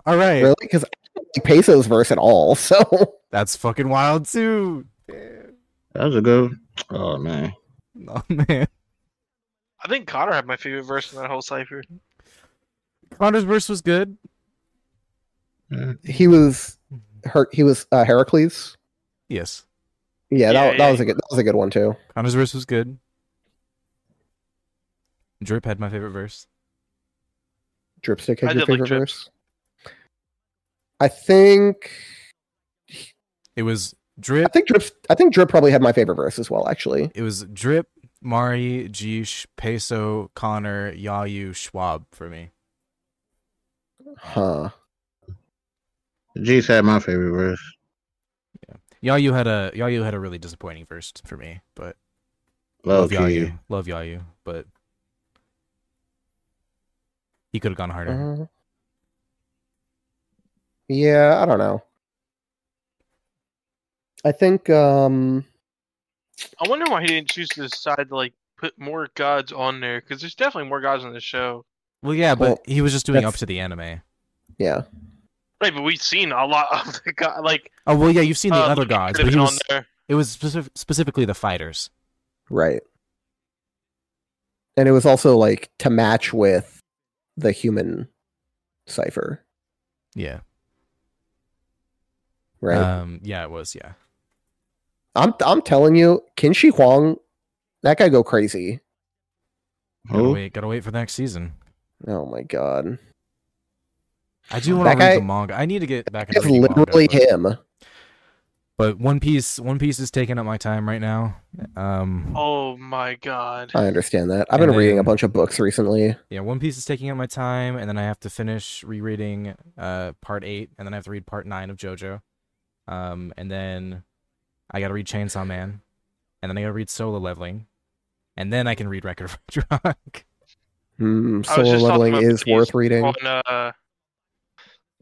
[SPEAKER 3] all right.
[SPEAKER 2] Really? Because like Peso's verse at all. [LAUGHS] So
[SPEAKER 3] That's fucking wild too. Damn.
[SPEAKER 4] That was a good. Oh man,
[SPEAKER 3] [LAUGHS] Oh man,
[SPEAKER 1] I think Connor had my favorite verse in that whole cipher.
[SPEAKER 3] Connor's verse was good.
[SPEAKER 2] he was her he was uh, Heracles.
[SPEAKER 3] Yes,
[SPEAKER 2] Yeah, that,
[SPEAKER 1] Yeah,
[SPEAKER 2] that
[SPEAKER 1] yeah,
[SPEAKER 2] was a
[SPEAKER 1] he
[SPEAKER 2] good that was a good one too.
[SPEAKER 3] Connor's verse was good. Drip had my favorite verse.
[SPEAKER 2] Dripstick
[SPEAKER 1] I
[SPEAKER 2] had
[SPEAKER 1] did
[SPEAKER 2] your
[SPEAKER 1] like
[SPEAKER 2] favorite
[SPEAKER 1] Drips.
[SPEAKER 2] verse? I think
[SPEAKER 3] It was
[SPEAKER 2] I
[SPEAKER 3] drip.
[SPEAKER 2] think Drip I think Drip probably had my favorite verse as well, actually.
[SPEAKER 3] It was drip. Mari, Jeesh, Peso, Connor, Yayu, Schwab for me.
[SPEAKER 2] Huh.
[SPEAKER 4] G's had my favorite verse.
[SPEAKER 3] Yayu had a Yayu had a really disappointing verse for me, but
[SPEAKER 4] Love,
[SPEAKER 3] love
[SPEAKER 4] you.
[SPEAKER 3] Yayu. Love Yayu, but he could have gone harder.
[SPEAKER 2] Uh, yeah, I don't know. I think um
[SPEAKER 1] I wonder why he didn't choose to decide to like put more gods on there because there's definitely more gods on the show.
[SPEAKER 3] Well, yeah,
[SPEAKER 2] Well,
[SPEAKER 3] but he was just doing up
[SPEAKER 2] that's-
[SPEAKER 3] to the anime.
[SPEAKER 2] yeah.
[SPEAKER 1] Right, but we've seen a lot of the god like
[SPEAKER 3] Oh well, yeah, you've seen the
[SPEAKER 1] uh,
[SPEAKER 3] other
[SPEAKER 1] Luke could've
[SPEAKER 3] gods, but he
[SPEAKER 1] been
[SPEAKER 3] was,
[SPEAKER 1] on there.
[SPEAKER 3] it was specif- specifically the fighters.
[SPEAKER 2] Right. And it was also like to match with the human cipher,
[SPEAKER 3] Yeah.
[SPEAKER 2] right?
[SPEAKER 3] Um. Yeah, it was. Yeah.
[SPEAKER 2] I'm I'm telling you, Kinshi Huang, that guy go crazy.
[SPEAKER 3] Gotta
[SPEAKER 4] Who?
[SPEAKER 3] wait. Gotta wait for next season.
[SPEAKER 2] Oh my god.
[SPEAKER 3] I do want to
[SPEAKER 2] That
[SPEAKER 3] read
[SPEAKER 2] guy-
[SPEAKER 3] the manga. I need to get back into
[SPEAKER 2] It's
[SPEAKER 3] reading manga,
[SPEAKER 2] literally
[SPEAKER 3] but-
[SPEAKER 2] him.
[SPEAKER 3] But One Piece, One Piece is taking up my time right now. Um,
[SPEAKER 1] Oh my god.
[SPEAKER 2] I understand that. I've been
[SPEAKER 3] And
[SPEAKER 2] reading a
[SPEAKER 3] then-
[SPEAKER 2] bunch of books recently.
[SPEAKER 3] yeah, One Piece is taking up my time, and then I have to finish rereading uh part eight, and then I have to read part nine of JoJo. Um, and then I got to read Chainsaw Man, and then I got to read Solo Leveling, and then I can read Record of Drunk.
[SPEAKER 2] Mm,
[SPEAKER 1] I was
[SPEAKER 2] solo
[SPEAKER 1] just talking
[SPEAKER 2] leveling
[SPEAKER 1] about
[SPEAKER 2] is
[SPEAKER 1] these
[SPEAKER 2] worth reading.
[SPEAKER 1] On uh,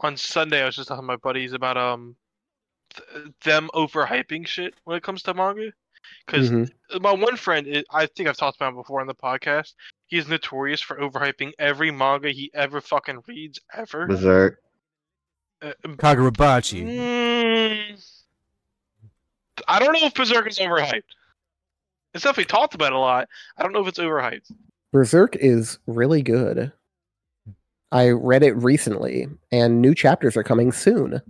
[SPEAKER 1] on Sunday, I was just talking to my buddies about um, th- them overhyping shit when it comes to manga, because
[SPEAKER 2] Mhm.
[SPEAKER 1] my one friend, i- I think I've talked about him before on the podcast. He is notorious for overhyping every manga he ever fucking reads ever.
[SPEAKER 4] Berserk.
[SPEAKER 1] Uh,
[SPEAKER 3] [LAUGHS] [LAUGHS] Kagurabachi.
[SPEAKER 1] mm, I don't know if Berserk is overhyped. It's definitely talked about a lot. I don't know if it's overhyped.
[SPEAKER 2] Berserk is really good. I read it recently, and new chapters are coming soon.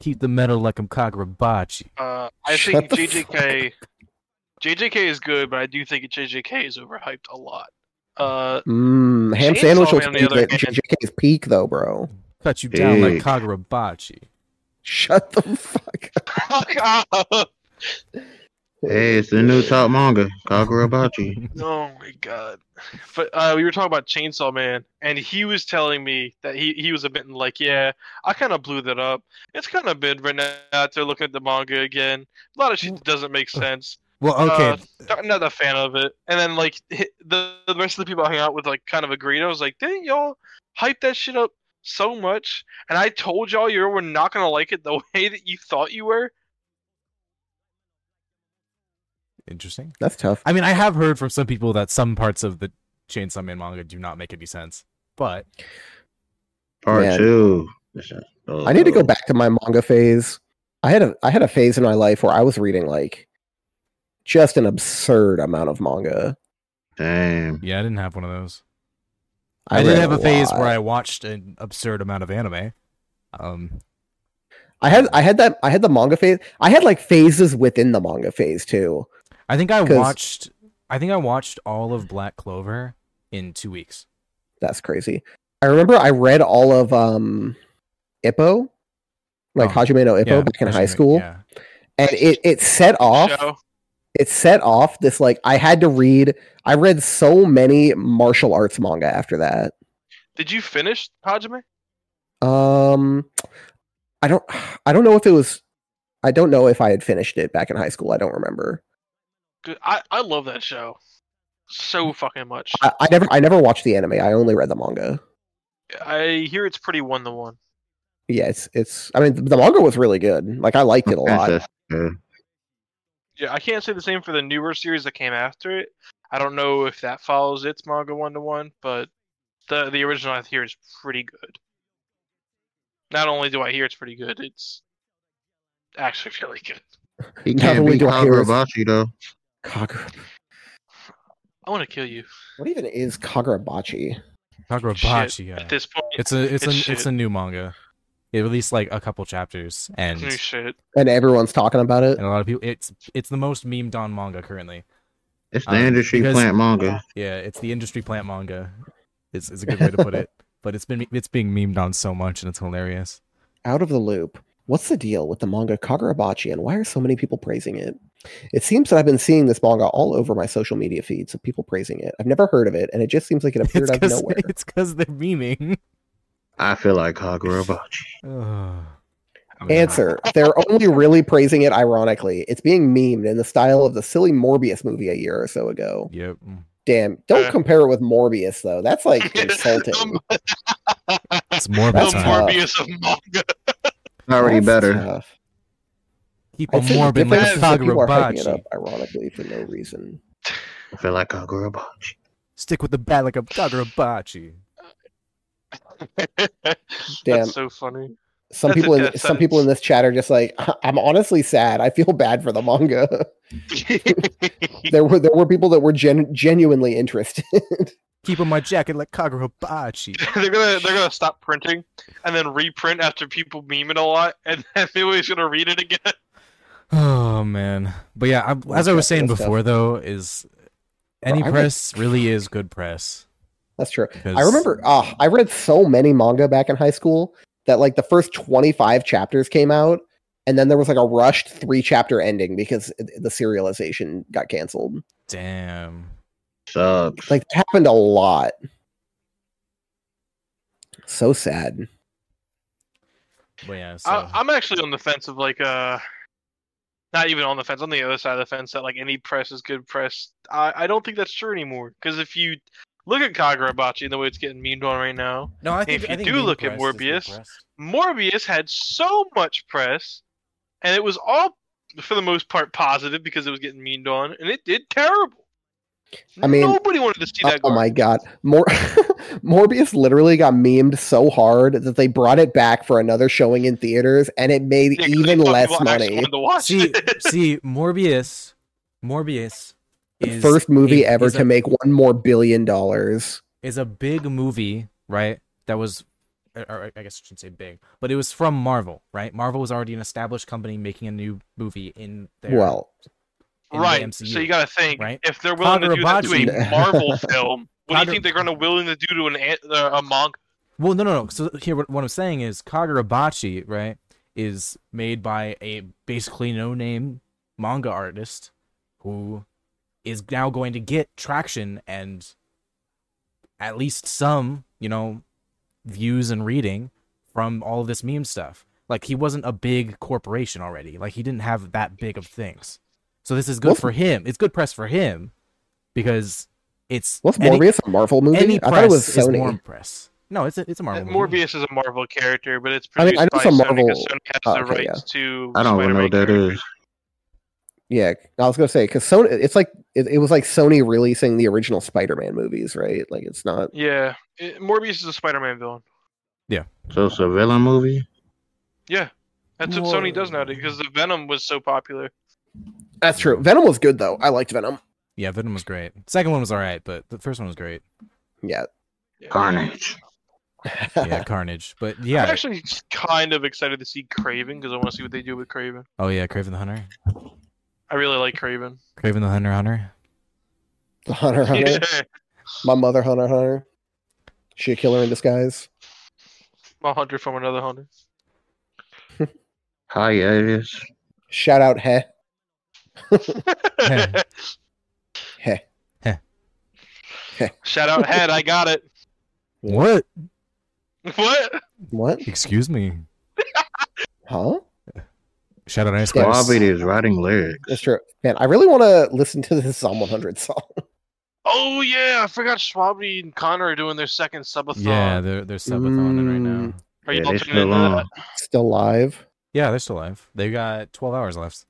[SPEAKER 3] Keep the metal like I'm Kagurabachi.
[SPEAKER 1] Uh, I
[SPEAKER 2] Shut
[SPEAKER 1] think
[SPEAKER 2] the
[SPEAKER 1] JJK, JJK is good, but I do think JJK is overhyped a lot. Uh,
[SPEAKER 2] Mm, ham
[SPEAKER 1] Chainsaw
[SPEAKER 2] sandwich was
[SPEAKER 1] Man, on the
[SPEAKER 2] peak
[SPEAKER 1] other
[SPEAKER 2] at
[SPEAKER 1] hand-
[SPEAKER 2] JJK's peak, though, bro.
[SPEAKER 3] Cut you down like
[SPEAKER 4] Hey.
[SPEAKER 3] Kagurabachi.
[SPEAKER 2] Shut the fuck up.
[SPEAKER 1] fuck off.
[SPEAKER 4] Hey, it's the new top manga, Kagurabachi.
[SPEAKER 1] Oh my god! But uh, we were talking about Chainsaw Man, and he was telling me that he, he was a bit like, yeah, I kind of blew that up. It's kind of been right now out there looking at the manga again. A lot of shit doesn't make
[SPEAKER 2] Uh,
[SPEAKER 1] sense.
[SPEAKER 3] Well, okay,
[SPEAKER 1] Uh, Not, not a fan of it. And then like hi- the the rest of the people I hung out with like kind of agreed. I was like, didn't y'all hype that shit up so much? And I told y'all you were not gonna like it the [LAUGHS] way that you thought you were.
[SPEAKER 3] interesting.
[SPEAKER 2] That's tough.
[SPEAKER 3] I mean, I have heard from some people that some parts of the Chainsaw Man manga do not make any sense, but
[SPEAKER 4] Part
[SPEAKER 2] Man.
[SPEAKER 4] two.
[SPEAKER 2] I need to go back to my manga phase. I had a I had a phase in my life where I was reading like just an absurd amount of manga.
[SPEAKER 4] Damn.
[SPEAKER 3] yeah, I didn't have one of those.
[SPEAKER 2] read
[SPEAKER 3] I did have a phase
[SPEAKER 2] lot.
[SPEAKER 3] where I watched an absurd amount of anime. Um,
[SPEAKER 2] I had I had that I had the manga phase. I had like phases within the manga phase too.
[SPEAKER 3] I think I
[SPEAKER 2] 'Cause-
[SPEAKER 3] watched, I think I watched all of Black Clover in two weeks.
[SPEAKER 2] That's crazy. I remember I read all of um Ippo, like
[SPEAKER 3] Oh,
[SPEAKER 2] Hajime no Ippo
[SPEAKER 3] Yeah,
[SPEAKER 2] back in
[SPEAKER 3] that's
[SPEAKER 2] high
[SPEAKER 3] right,
[SPEAKER 2] school,
[SPEAKER 3] Yeah.
[SPEAKER 2] and it it set off
[SPEAKER 1] Joe.
[SPEAKER 2] it set off this like I had to read. I read so many martial arts manga after that.
[SPEAKER 1] Did you finish Hajime?
[SPEAKER 2] Um, I don't. I don't know if it was. I don't know if I had finished it back in high school. I don't remember.
[SPEAKER 1] Dude, I I love that show so fucking much.
[SPEAKER 2] I, I never. I never watched the anime. I only read the manga.
[SPEAKER 1] I hear it's pretty one to one.
[SPEAKER 2] Yeah, it's. it's I mean, the manga was really good. Like I liked it a lot.
[SPEAKER 4] Princess, uh,
[SPEAKER 1] Yeah, I can't say the same for the newer series that came after it. I don't know if that follows its manga one to one, but the the original I hear is pretty good. Not only do I hear it's pretty good, it's actually really good.
[SPEAKER 4] He
[SPEAKER 2] Not
[SPEAKER 4] can't
[SPEAKER 2] only
[SPEAKER 4] beat
[SPEAKER 2] do I hear his-
[SPEAKER 4] Kagurabachi though.
[SPEAKER 2] Kagura.
[SPEAKER 1] I want to kill you
[SPEAKER 2] What even is Kagurabachi?
[SPEAKER 3] Kagurabachi. Yeah.
[SPEAKER 1] at this point.
[SPEAKER 3] It's a, it's,
[SPEAKER 1] it's
[SPEAKER 3] a, it's
[SPEAKER 1] shit.
[SPEAKER 3] a new manga. It released like a couple chapters, and
[SPEAKER 1] New shit.
[SPEAKER 2] And everyone's talking about it.
[SPEAKER 3] and a lot of people. It's it's the most memed on manga currently.
[SPEAKER 4] It's the
[SPEAKER 1] Uh,
[SPEAKER 3] Um,
[SPEAKER 4] industry
[SPEAKER 3] because-
[SPEAKER 4] plant manga.
[SPEAKER 3] Yeah, it's the industry plant manga. It's is a good way to
[SPEAKER 2] [LAUGHS]
[SPEAKER 3] put it. But it's been it's being memed on so much and it's hilarious.
[SPEAKER 2] Out of the loop. What's the deal with the manga Kagurabachi, and why are so many people praising it? It seems that I've been seeing this manga all over my social media feeds of people praising it. I've never heard of it, and it just seems
[SPEAKER 3] [LAUGHS]
[SPEAKER 2] like it appeared
[SPEAKER 3] It's
[SPEAKER 2] out of
[SPEAKER 3] because
[SPEAKER 2] nowhere.
[SPEAKER 3] they're memeing.
[SPEAKER 2] [SIGHS]
[SPEAKER 4] I feel like Kagurabachi.
[SPEAKER 3] Ugh.
[SPEAKER 2] Answer. They're only really praising it ironically. It's being memed in the style of the silly Morbius movie a year or so ago.
[SPEAKER 3] Yep.
[SPEAKER 2] Damn. Don't
[SPEAKER 1] Uh.
[SPEAKER 2] compare it with Morbius though.
[SPEAKER 1] [LAUGHS]
[SPEAKER 2] That's like insulting.
[SPEAKER 1] Um,
[SPEAKER 3] It's more
[SPEAKER 1] The
[SPEAKER 2] That's
[SPEAKER 3] time.
[SPEAKER 2] hard.
[SPEAKER 1] Morbius of manga.
[SPEAKER 4] It's already
[SPEAKER 2] That's
[SPEAKER 4] better.
[SPEAKER 2] tough.
[SPEAKER 3] Keep
[SPEAKER 2] I'd
[SPEAKER 3] a
[SPEAKER 2] say the
[SPEAKER 3] morbid like
[SPEAKER 2] difference
[SPEAKER 3] a
[SPEAKER 2] is that people are hyping it up
[SPEAKER 3] Kagurabachi.
[SPEAKER 2] ironically for no reason.
[SPEAKER 4] I feel like Kagurabachi.
[SPEAKER 3] Stick with the bat like a Kagurabachi.
[SPEAKER 2] Damn.
[SPEAKER 1] [LAUGHS] That's so funny.
[SPEAKER 2] Some
[SPEAKER 1] That's a
[SPEAKER 2] people in
[SPEAKER 1] death
[SPEAKER 2] some people in this chat are just like, [LAUGHS] I'm honestly sad. I feel bad for the manga. there were there were people that were gen- genuinely interested. [LAUGHS]
[SPEAKER 3] Keep on my jacket like
[SPEAKER 2] [SIGHS]
[SPEAKER 3] Kagurabachi.
[SPEAKER 1] [LAUGHS] they're gonna they're gonna stop printing and then reprint after people meme it a lot, and [LAUGHS] then everybody's gonna read it again.
[SPEAKER 2] [LAUGHS]
[SPEAKER 3] Oh man. But yeah, I, as I
[SPEAKER 2] tough,
[SPEAKER 3] was saying
[SPEAKER 2] that's tough.
[SPEAKER 3] before though, is any
[SPEAKER 2] I read-
[SPEAKER 3] press really is good press.
[SPEAKER 2] That's true. ah,
[SPEAKER 3] Because
[SPEAKER 2] I remember uh, I read so many manga back in high school that like the first 25 chapters came out and then there was like a rushed three chapter ending because it- the serialization got canceled.
[SPEAKER 3] Damn.
[SPEAKER 4] Sucks.
[SPEAKER 2] Like that happened a lot. So sad.
[SPEAKER 3] But yeah, so
[SPEAKER 1] I, Uh, I'm actually on the fence of like uh, not even on the fence, on the other side of the fence that like any press is good press. I, I don't think that's true anymore because if you look at Kagurabachi and the way it's getting memed on right now,
[SPEAKER 3] no, I
[SPEAKER 1] if you do
[SPEAKER 3] being
[SPEAKER 1] look at
[SPEAKER 3] pressed is
[SPEAKER 1] Morbius-
[SPEAKER 3] repressed.
[SPEAKER 1] Morbius had so much press, and it was all for the most part positive because it was getting memed on, and it did terrible.
[SPEAKER 2] I mean,
[SPEAKER 1] nobody wanted to see
[SPEAKER 2] Oh,
[SPEAKER 1] that.
[SPEAKER 2] oh
[SPEAKER 1] garbage.
[SPEAKER 2] my god. Mor- [LAUGHS] Morbius literally got memed so hard that they brought it back for another showing in theaters and it made
[SPEAKER 1] Yeah, 'cause
[SPEAKER 2] even
[SPEAKER 1] they thought
[SPEAKER 2] less
[SPEAKER 1] people actually
[SPEAKER 2] money.
[SPEAKER 1] wanted to watch
[SPEAKER 2] [LAUGHS]
[SPEAKER 3] see,
[SPEAKER 1] it.
[SPEAKER 3] see, Morbius, Morbius,
[SPEAKER 2] The
[SPEAKER 3] is
[SPEAKER 2] first movie
[SPEAKER 3] is-
[SPEAKER 2] ever
[SPEAKER 3] is
[SPEAKER 2] to
[SPEAKER 3] a,
[SPEAKER 2] make one more billion dollars.
[SPEAKER 3] is a big movie, right? That was, or- or I guess I shouldn't say big, but it was from Marvel, right? Marvel was already an established company making a new movie in their
[SPEAKER 2] Well,
[SPEAKER 3] in
[SPEAKER 1] [LAUGHS]
[SPEAKER 3] the
[SPEAKER 1] right.
[SPEAKER 3] MCU.
[SPEAKER 1] So you got to think
[SPEAKER 3] right?
[SPEAKER 1] if they're willing to do that to
[SPEAKER 2] Kagurabachi.
[SPEAKER 1] a [LAUGHS] Marvel film, what do
[SPEAKER 3] Kagura-
[SPEAKER 1] you think they're going to willing to do to an an- uh, a manga?
[SPEAKER 3] Well, no, no, no. So here, what, what I'm saying is Kagurabachi, right, is made by a basically no-name manga artist who is now going to get traction and at least some, you know, views and reading from all this meme stuff. Like he wasn't a big corporation already. Like he didn't have that big of things. So this is good
[SPEAKER 2] Wasn't-
[SPEAKER 3] for him. It's good press for him because it's
[SPEAKER 2] was
[SPEAKER 3] any-
[SPEAKER 2] Morbius a Marvel movie?
[SPEAKER 3] any
[SPEAKER 2] I
[SPEAKER 3] press
[SPEAKER 2] thought it was
[SPEAKER 3] is
[SPEAKER 2] Sony.
[SPEAKER 3] warm press. No, it's a, it's a Marvel. movie.
[SPEAKER 1] Uh, Morbius is a Marvel character, but it's
[SPEAKER 2] I mean,
[SPEAKER 1] produced
[SPEAKER 2] I know
[SPEAKER 1] by
[SPEAKER 2] it's a
[SPEAKER 1] Sony
[SPEAKER 2] Marvel-
[SPEAKER 1] because Sony has
[SPEAKER 2] Oh,
[SPEAKER 1] the
[SPEAKER 2] okay, yeah.
[SPEAKER 1] rights to.
[SPEAKER 4] I don't even know
[SPEAKER 1] Spider-Man
[SPEAKER 4] what that
[SPEAKER 1] characters.
[SPEAKER 4] is.
[SPEAKER 2] Yeah, I was gonna say because Sony, it's like it, it was like Sony releasing the original Spider-Man movies, right? Like it's not.
[SPEAKER 1] Yeah, it- Morbius is a Spider-Man villain.
[SPEAKER 4] So it's a villain movie?
[SPEAKER 1] Yeah, that's what Sony does
[SPEAKER 3] Mor-
[SPEAKER 1] nowadays because the Venom was so popular.
[SPEAKER 2] That's true. Venom was good though. I liked Venom.
[SPEAKER 3] Yeah, Venom was great. Second one was all right, but the first one
[SPEAKER 2] [LAUGHS]
[SPEAKER 3] was great.
[SPEAKER 2] Yeah.
[SPEAKER 1] Yeah.
[SPEAKER 4] Carnage.
[SPEAKER 3] Yeah, Carnage. But yeah,
[SPEAKER 1] I'm actually just kind of excited to see Craven because I want to see what they do with Craven.
[SPEAKER 3] oh yeah, Craven the Hunter.
[SPEAKER 1] I really like Craven.
[SPEAKER 3] Craven the Hunter Hunter.
[SPEAKER 2] The [LAUGHS]
[SPEAKER 1] [LAUGHS]
[SPEAKER 2] Hunter Hunter. My mother Hunter Hunter. She a killer in disguise.
[SPEAKER 1] My hunter from another hunter.
[SPEAKER 4] Hi, Avis.
[SPEAKER 2] Shout out Heh.
[SPEAKER 1] [LAUGHS]
[SPEAKER 3] Heh.
[SPEAKER 2] Heh.
[SPEAKER 1] Shout out head, I got it.
[SPEAKER 3] What?
[SPEAKER 1] What?
[SPEAKER 2] What?
[SPEAKER 3] Excuse me.
[SPEAKER 2] Huh?
[SPEAKER 3] Shout out Ice
[SPEAKER 2] Yes.
[SPEAKER 4] Bobby is writing lyrics.
[SPEAKER 2] That's true. Man, I really want to listen to this Psalm 100 song. [LAUGHS]
[SPEAKER 1] Oh yeah, I forgot Schwabity and Connor are doing their second subathon.
[SPEAKER 3] Yeah, they're they're subathoning right
[SPEAKER 2] Mm.
[SPEAKER 3] now.
[SPEAKER 1] are you
[SPEAKER 4] Yeah,
[SPEAKER 1] all
[SPEAKER 4] they
[SPEAKER 1] tuning
[SPEAKER 4] still
[SPEAKER 1] into
[SPEAKER 4] on.
[SPEAKER 1] that?
[SPEAKER 2] Still live.
[SPEAKER 3] Yeah, they're still alive. They got twelve hours left.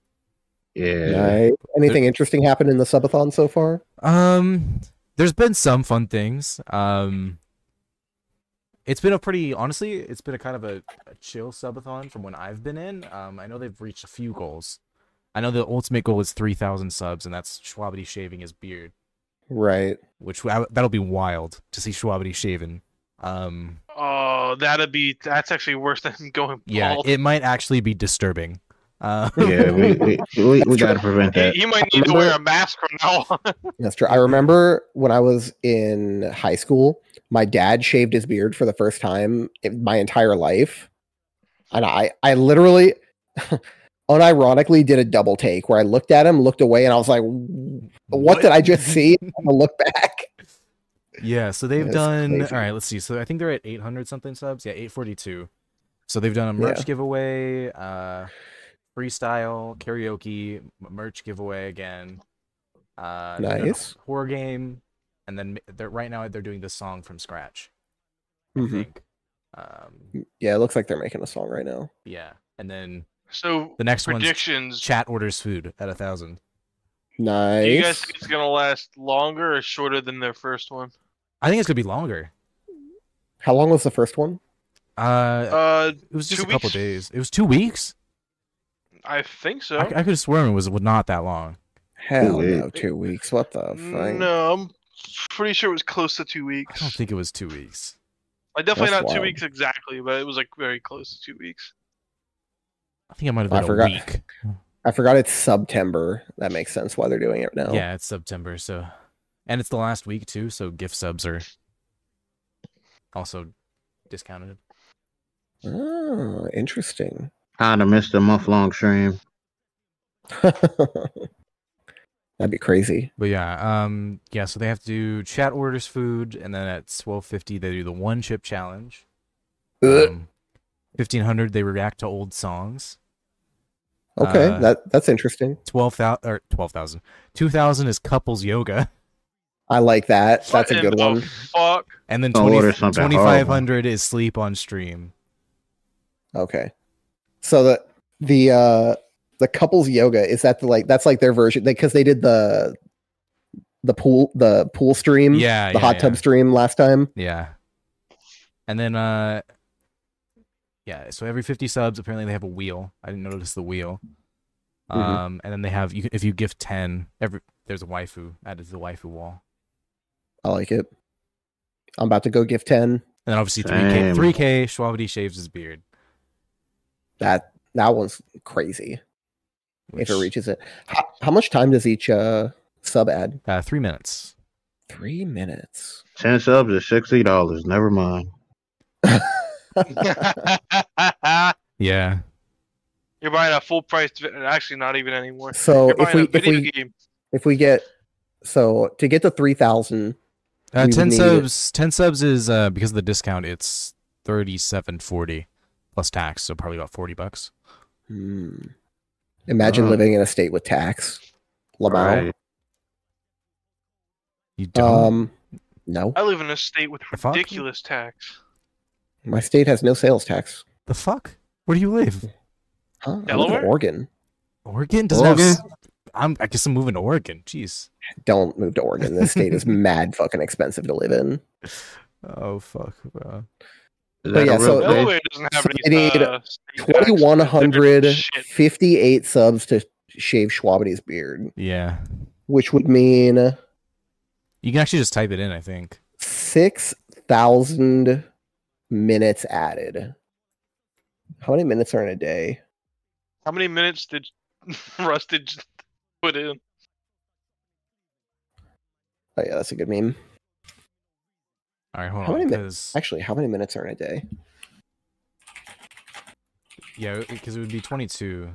[SPEAKER 4] Yeah.
[SPEAKER 2] Right. Anything interesting happened in the subathon so far?
[SPEAKER 3] Um, there's been some fun things. Um, it's been a pretty honestly, it's been a kind of a, a chill subathon from when I've been in. Um, I know they've reached a few goals. I know the ultimate goal is three thousand subs, and that's Schwabity shaving his beard,
[SPEAKER 2] Right.
[SPEAKER 3] which I, that'll be wild to see Schwabity shaven. Um,
[SPEAKER 1] Oh, that'd be that's actually worse than [LAUGHS] going
[SPEAKER 3] yeah,
[SPEAKER 1] bald.
[SPEAKER 3] it might actually be disturbing. Uh, [LAUGHS]
[SPEAKER 4] Yeah, we, we, we, we gotta prevent
[SPEAKER 1] You-
[SPEAKER 4] that.
[SPEAKER 1] you might need to
[SPEAKER 2] Remember-
[SPEAKER 1] wear a mask from now on. [LAUGHS]
[SPEAKER 2] That's true. I remember when I was in high school, my dad shaved his beard for the first time in my entire life. And I, I literally, [LAUGHS] unironically, did a double take where I looked at him, looked away, and I was like, what,
[SPEAKER 3] What?
[SPEAKER 2] did I [LAUGHS] just see? I'm going to look back.
[SPEAKER 3] Yeah, so they've
[SPEAKER 2] That's
[SPEAKER 3] done
[SPEAKER 2] crazy.
[SPEAKER 3] all right, let's see. So I think they're at 800 something subs. Yeah, 842. So they've done a merch
[SPEAKER 2] Yeah.
[SPEAKER 3] giveaway, uh freestyle, karaoke, m- merch giveaway again. Uh they've done a
[SPEAKER 2] Nice.
[SPEAKER 3] horror game and then m- they're right now they're doing the song from scratch, I
[SPEAKER 1] Mm-hmm.
[SPEAKER 2] Mhm.
[SPEAKER 3] think. Um
[SPEAKER 2] Yeah, it looks like they're making a song right now.
[SPEAKER 3] yeah, and then
[SPEAKER 1] So
[SPEAKER 3] the next one's
[SPEAKER 1] predictions.
[SPEAKER 3] chat orders food at a 1000.
[SPEAKER 2] Nice.
[SPEAKER 1] Do you guys think it's gonna last longer or shorter than their first one?
[SPEAKER 3] I think it's going to be longer.
[SPEAKER 2] How long was the first one?
[SPEAKER 3] Uh
[SPEAKER 1] Uh,
[SPEAKER 3] it was just a
[SPEAKER 1] two
[SPEAKER 3] couple
[SPEAKER 1] weeks?
[SPEAKER 3] days. It was 2 weeks?
[SPEAKER 1] I think so.
[SPEAKER 3] I, I could have sworn it was not that long.
[SPEAKER 2] Hell
[SPEAKER 4] Ooh,
[SPEAKER 2] no,
[SPEAKER 1] wait.
[SPEAKER 2] two weeks. What the fuck?
[SPEAKER 1] Mm, no, I'm pretty sure it was close to two
[SPEAKER 3] I
[SPEAKER 1] weeks.
[SPEAKER 3] don't think it was 2 weeks.
[SPEAKER 1] Like, definitely
[SPEAKER 2] That's
[SPEAKER 1] not two
[SPEAKER 2] wild.
[SPEAKER 1] weeks exactly, but it was like very close to two weeks.
[SPEAKER 3] I think I might have
[SPEAKER 2] I
[SPEAKER 3] been a
[SPEAKER 2] forgot.
[SPEAKER 3] week.
[SPEAKER 2] I forgot it's September. That makes sense why they're doing it now.
[SPEAKER 3] Yeah, it's September, so and it's the last week too, so gift subs are also discounted.
[SPEAKER 2] Oh, interesting. [LAUGHS]
[SPEAKER 4] I'd have missed a month long stream.
[SPEAKER 2] That'd be crazy.
[SPEAKER 3] But yeah, um, yeah. So they have to do chat orders food, and then at twelve fifty they do the one chip challenge.
[SPEAKER 2] Ugh.
[SPEAKER 3] Um, Fifteen hundred they react to old songs.
[SPEAKER 2] okay,
[SPEAKER 3] uh,
[SPEAKER 2] that that's interesting.
[SPEAKER 3] Twelve thousand or twelve thousand. Two thousand is couples yoga,
[SPEAKER 2] I like that. That's a
[SPEAKER 1] What in
[SPEAKER 2] good
[SPEAKER 1] the
[SPEAKER 2] one.
[SPEAKER 1] Fuck.
[SPEAKER 3] and then
[SPEAKER 4] I'll
[SPEAKER 3] 20,
[SPEAKER 4] order something
[SPEAKER 3] 2500 is sleep on stream.
[SPEAKER 2] Okay. So the the uh the couples yoga is that the, like that's like their version because they did the the pool the pool stream
[SPEAKER 3] Yeah,
[SPEAKER 2] the
[SPEAKER 3] yeah,
[SPEAKER 2] hot
[SPEAKER 3] yeah.
[SPEAKER 2] tub stream last time.
[SPEAKER 3] Yeah. And then uh yeah, so every 50 subs apparently they have a wheel. I didn't notice the wheel.
[SPEAKER 2] Mhm.
[SPEAKER 3] Um and then they have you can- if you gift 10 every there's a waifu added to the waifu wall.
[SPEAKER 2] I like it. I'm about to go give ten.
[SPEAKER 3] And then obviously 3k
[SPEAKER 4] Same.
[SPEAKER 3] 3k Schwabity shaves his beard.
[SPEAKER 2] That that one's crazy if it
[SPEAKER 3] which,
[SPEAKER 2] reaches it. How, how much time does each uh sub add?
[SPEAKER 3] uh 3 minutes.
[SPEAKER 2] Three minutes.
[SPEAKER 4] 10 subs is $60. Never mind.
[SPEAKER 3] Yeah.
[SPEAKER 1] You're buying a full price. Actually, not even anymore.
[SPEAKER 2] [LAUGHS] so
[SPEAKER 1] You're
[SPEAKER 2] if
[SPEAKER 1] buying
[SPEAKER 2] we
[SPEAKER 1] a
[SPEAKER 2] if
[SPEAKER 1] video
[SPEAKER 2] we
[SPEAKER 1] game.
[SPEAKER 2] if we get so to get to three thousand
[SPEAKER 3] Uh,
[SPEAKER 2] We would
[SPEAKER 3] 10
[SPEAKER 2] need it.
[SPEAKER 3] subs 10 subs is uh because of the discount it's 37.40 plus tax, so probably about 40 bucks.
[SPEAKER 2] Hmm. Imagine
[SPEAKER 4] Oh.
[SPEAKER 2] living in a state with tax. Lamau.
[SPEAKER 4] Right.
[SPEAKER 3] You don't
[SPEAKER 2] Um, no,
[SPEAKER 1] I live in a state with
[SPEAKER 3] Fuck.
[SPEAKER 1] ridiculous tax.
[SPEAKER 2] my state has no sales tax.
[SPEAKER 3] The fuck? Where do you live?
[SPEAKER 2] Huh? I live in
[SPEAKER 1] Delaware?
[SPEAKER 2] Oregon.
[SPEAKER 3] Oregon doesn't
[SPEAKER 4] Oregon?
[SPEAKER 3] have. s- I'm. I guess I'm moving to Oregon. Jeez.
[SPEAKER 2] Don't move to Oregon. This state is mad fucking expensive to live in.
[SPEAKER 3] Oh fuck, bro.
[SPEAKER 2] But
[SPEAKER 4] Is that
[SPEAKER 2] yeah,
[SPEAKER 4] a
[SPEAKER 2] so-
[SPEAKER 4] real place?
[SPEAKER 1] Delaware doesn't have
[SPEAKER 2] so they
[SPEAKER 1] any.
[SPEAKER 2] need
[SPEAKER 1] Uh, state tax.
[SPEAKER 2] Twenty one hundred
[SPEAKER 1] Shit.
[SPEAKER 2] fifty eight subs to shave Schwabity's beard,
[SPEAKER 3] Yeah.
[SPEAKER 2] which would mean
[SPEAKER 3] You can actually just type it in. I think.
[SPEAKER 2] six thousand minutes added. How many minutes are in a day?
[SPEAKER 1] How many minutes did [LAUGHS] Rusted j- put in?
[SPEAKER 2] Oh yeah, that's a good meme.
[SPEAKER 3] All right, hold
[SPEAKER 2] How
[SPEAKER 3] on.
[SPEAKER 2] many mi-
[SPEAKER 3] 'cause-
[SPEAKER 2] Actually, how many minutes are in a day?
[SPEAKER 3] yeah, because it would be 22.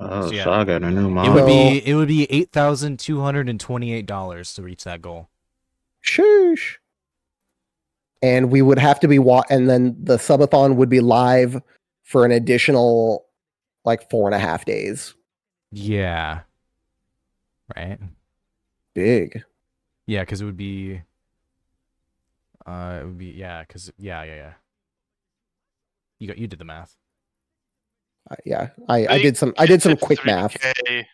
[SPEAKER 4] Oh,
[SPEAKER 3] So, yeah.
[SPEAKER 4] so I got a new
[SPEAKER 3] It would
[SPEAKER 4] mom.
[SPEAKER 3] be. It would be eight thousand two hundred and twenty-eight dollars to reach that goal.
[SPEAKER 2] Sheesh. And we would have to be wa- and then the subathon would be live for an additional like four and a half days.
[SPEAKER 3] Yeah. Right.
[SPEAKER 2] Big.
[SPEAKER 3] Yeah, because it would be. Uh, it would be yeah, because yeah, yeah, yeah. You got you did the math.
[SPEAKER 2] Uh, yeah, I, I
[SPEAKER 1] They
[SPEAKER 2] did some I
[SPEAKER 1] Get
[SPEAKER 2] did some
[SPEAKER 1] to
[SPEAKER 2] quick math,
[SPEAKER 1] 3K.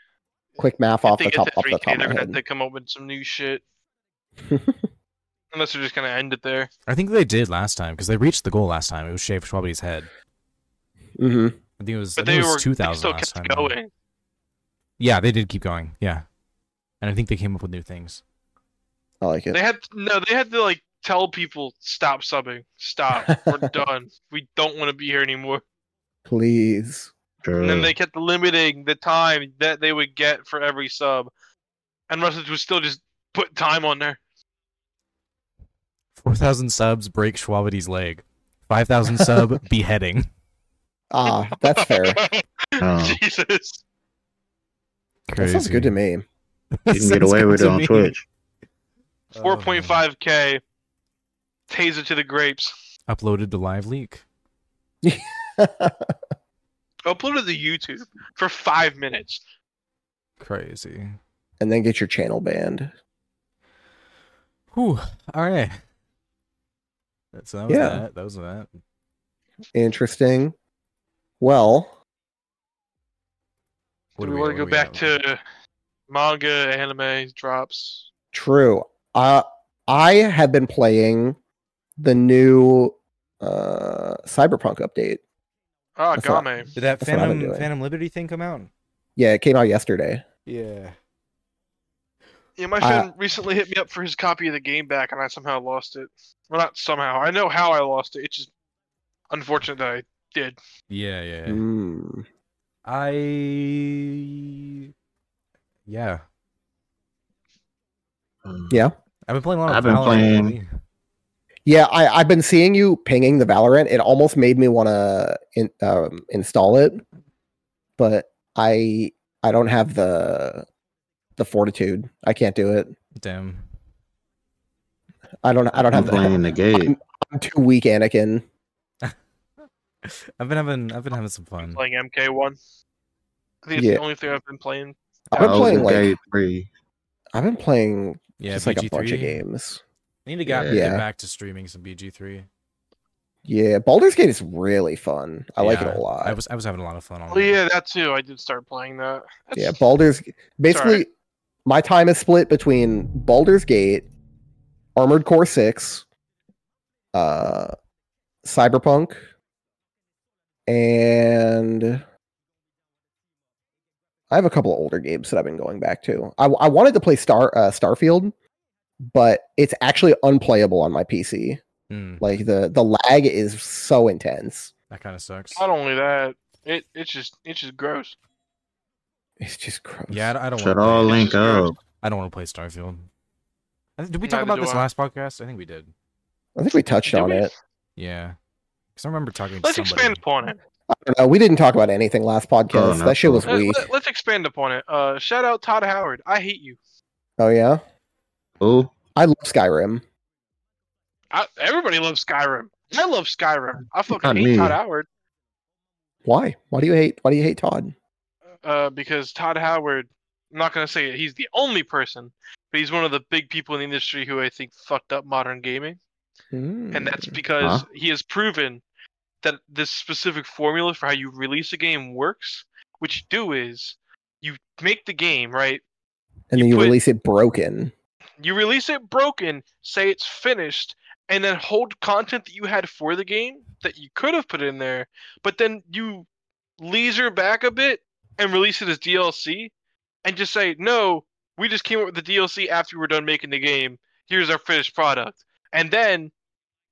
[SPEAKER 2] quick math
[SPEAKER 1] If
[SPEAKER 2] off
[SPEAKER 1] they
[SPEAKER 2] the
[SPEAKER 1] get
[SPEAKER 2] top
[SPEAKER 1] to
[SPEAKER 2] off
[SPEAKER 1] 3K,
[SPEAKER 2] the top
[SPEAKER 1] They're
[SPEAKER 2] of my
[SPEAKER 1] gonna have
[SPEAKER 2] head.
[SPEAKER 1] to come up with some new
[SPEAKER 2] [LAUGHS]
[SPEAKER 1] shit. Unless they're just gonna end it there.
[SPEAKER 3] I think they did last time because they reached the goal last time. It was Shave Schwabity's head.
[SPEAKER 2] hmm
[SPEAKER 3] I think it was.
[SPEAKER 1] But
[SPEAKER 3] I think
[SPEAKER 1] they
[SPEAKER 3] it was
[SPEAKER 1] were
[SPEAKER 3] two
[SPEAKER 1] they
[SPEAKER 3] thousand
[SPEAKER 1] still
[SPEAKER 3] last
[SPEAKER 1] kept
[SPEAKER 3] time.
[SPEAKER 1] going.
[SPEAKER 3] Yeah, they did keep going. Yeah, and I think they came up with new things.
[SPEAKER 2] I like it.
[SPEAKER 1] They had no. They had to like tell people stop subbing. Stop.
[SPEAKER 2] [LAUGHS]
[SPEAKER 1] We're done. We don't want to be here anymore.
[SPEAKER 2] Please.
[SPEAKER 4] True.
[SPEAKER 1] And then they kept limiting the time that they would get for every sub, and Rusted would still just put time on there.
[SPEAKER 3] Four thousand subs break Schwabity's leg. Five thousand sub [LAUGHS] beheading.
[SPEAKER 2] Ah,
[SPEAKER 1] [LAUGHS]
[SPEAKER 2] that's fair.
[SPEAKER 4] Oh.
[SPEAKER 1] Jesus.
[SPEAKER 2] that sounds good to
[SPEAKER 3] [LAUGHS]
[SPEAKER 2] me.
[SPEAKER 4] you can get away with it on Twitch.
[SPEAKER 3] Oh,
[SPEAKER 1] Four point five k. Taser to the grapes.
[SPEAKER 3] Uploaded to Live Leak.
[SPEAKER 2] [LAUGHS]
[SPEAKER 1] Uploaded to YouTube for five minutes.
[SPEAKER 3] Crazy.
[SPEAKER 2] and then get your channel banned.
[SPEAKER 3] Whew. All right. That- So that was
[SPEAKER 2] Yeah.
[SPEAKER 3] that. That was that.
[SPEAKER 2] Interesting. Well,
[SPEAKER 1] Do
[SPEAKER 3] do
[SPEAKER 1] we want to
[SPEAKER 3] got?
[SPEAKER 1] go
[SPEAKER 3] What do
[SPEAKER 1] back
[SPEAKER 3] got?
[SPEAKER 1] to manga, anime drops?
[SPEAKER 2] True. Uh, I have been playing the new uh, Cyberpunk update.
[SPEAKER 1] Ah,
[SPEAKER 2] That's what-
[SPEAKER 1] Game.
[SPEAKER 3] Did that
[SPEAKER 2] That's what I've been
[SPEAKER 3] Phantom
[SPEAKER 2] doing.
[SPEAKER 3] Phantom Liberty thing come out?
[SPEAKER 2] Yeah, it came out yesterday.
[SPEAKER 3] Yeah.
[SPEAKER 1] Yeah, my
[SPEAKER 2] I-
[SPEAKER 1] friend recently hit me up for his copy of the game back, and I somehow lost it. Well, not somehow. I know how I lost it. It's just unfortunate that I did.
[SPEAKER 3] Yeah, yeah.
[SPEAKER 2] Mm.
[SPEAKER 3] I. Yeah.
[SPEAKER 2] Yeah.
[SPEAKER 3] I've been playing a lot of
[SPEAKER 4] I've been
[SPEAKER 3] Valorant
[SPEAKER 4] playing-
[SPEAKER 3] lately.
[SPEAKER 2] Yeah, I, I've been seeing you pinging the Valorant. It almost made me want to in, um, install it, but I I don't have the the fortitude. I can't do it.
[SPEAKER 3] Damn.
[SPEAKER 2] I don't I don't have
[SPEAKER 4] I'm
[SPEAKER 2] the,
[SPEAKER 4] playing the game.
[SPEAKER 2] I'm too weak, Anakin.
[SPEAKER 3] I've been having I've been having some fun.
[SPEAKER 1] playing MK1. I think it's
[SPEAKER 2] Yeah.
[SPEAKER 1] the only thing I've been playing.
[SPEAKER 2] I've been
[SPEAKER 4] I was
[SPEAKER 2] playing
[SPEAKER 4] in
[SPEAKER 2] like
[SPEAKER 4] day three.
[SPEAKER 2] I've been playing
[SPEAKER 3] Yeah,
[SPEAKER 2] just
[SPEAKER 3] BG3.
[SPEAKER 2] like a bunch of games.
[SPEAKER 3] Need to get,
[SPEAKER 2] Yeah.
[SPEAKER 3] get back to streaming some BG3.
[SPEAKER 2] Yeah, Baldur's Gate is really fun. I like it a
[SPEAKER 3] Yeah,
[SPEAKER 2] lot.
[SPEAKER 3] I was I was having a lot of fun on.
[SPEAKER 1] Oh
[SPEAKER 3] that.
[SPEAKER 1] yeah, that too. I did start playing that.
[SPEAKER 2] yeah, Baldur's basically
[SPEAKER 1] alright.
[SPEAKER 2] my time is split between Baldur's Gate, Armored Core 6, uh Cyberpunk, and I have a couple of older games that I've been going back to. I, I wanted to play Star uh, Starfield, but it's actually unplayable on my PC.
[SPEAKER 3] Mm,
[SPEAKER 2] Like the the lag is so intense.
[SPEAKER 3] that kind of sucks.
[SPEAKER 1] Not only that, it it's just it's just gross.
[SPEAKER 2] It's just gross.
[SPEAKER 3] Yeah, I don't- I don't
[SPEAKER 4] Should all
[SPEAKER 3] want.
[SPEAKER 1] link
[SPEAKER 4] link
[SPEAKER 1] up.
[SPEAKER 4] up.
[SPEAKER 3] I don't want to play Starfield. I think- Did we talk
[SPEAKER 1] Neither
[SPEAKER 3] about
[SPEAKER 1] do
[SPEAKER 3] this
[SPEAKER 1] I.
[SPEAKER 3] last podcast? I think we did.
[SPEAKER 2] I think we touched
[SPEAKER 1] Did
[SPEAKER 2] on
[SPEAKER 1] we?
[SPEAKER 2] it.
[SPEAKER 3] Yeah, because I remember talking. To
[SPEAKER 1] Let's
[SPEAKER 3] somebody.
[SPEAKER 1] expand upon it.
[SPEAKER 2] I don't know. We didn't talk about anything last podcast.
[SPEAKER 4] Oh, no.
[SPEAKER 2] That shit was
[SPEAKER 1] Let,
[SPEAKER 2] weak.
[SPEAKER 1] us expand upon it. Uh, shout out Todd Howard. I hate you.
[SPEAKER 2] Oh yeah,
[SPEAKER 4] Who?
[SPEAKER 2] I love Skyrim.
[SPEAKER 1] I, everybody loves Skyrim. I love Skyrim. I fucking
[SPEAKER 4] Not
[SPEAKER 1] hate
[SPEAKER 4] me.
[SPEAKER 1] Todd Howard
[SPEAKER 2] Why? Why do you hate? Why do you hate Todd?
[SPEAKER 1] uh, because Todd Howard. I'm not gonna say he's the only person, but he's one of the big people in the industry who I think fucked up modern gaming.
[SPEAKER 4] Mm.
[SPEAKER 1] and that's
[SPEAKER 2] Hmm.
[SPEAKER 1] because
[SPEAKER 4] Huh?
[SPEAKER 1] he has proven that this specific formula for how you release a game works. What you do is you make the game right.
[SPEAKER 2] and then
[SPEAKER 1] you
[SPEAKER 2] you
[SPEAKER 1] put-
[SPEAKER 2] release it broken.
[SPEAKER 1] You release it broken, say it's finished, and then hold content that you had for the game that you could have put in there, but then you leisure back a bit and release it as DLC, and just say no. We just came up with the DLC after we were done making the game. Here's our finished product, and then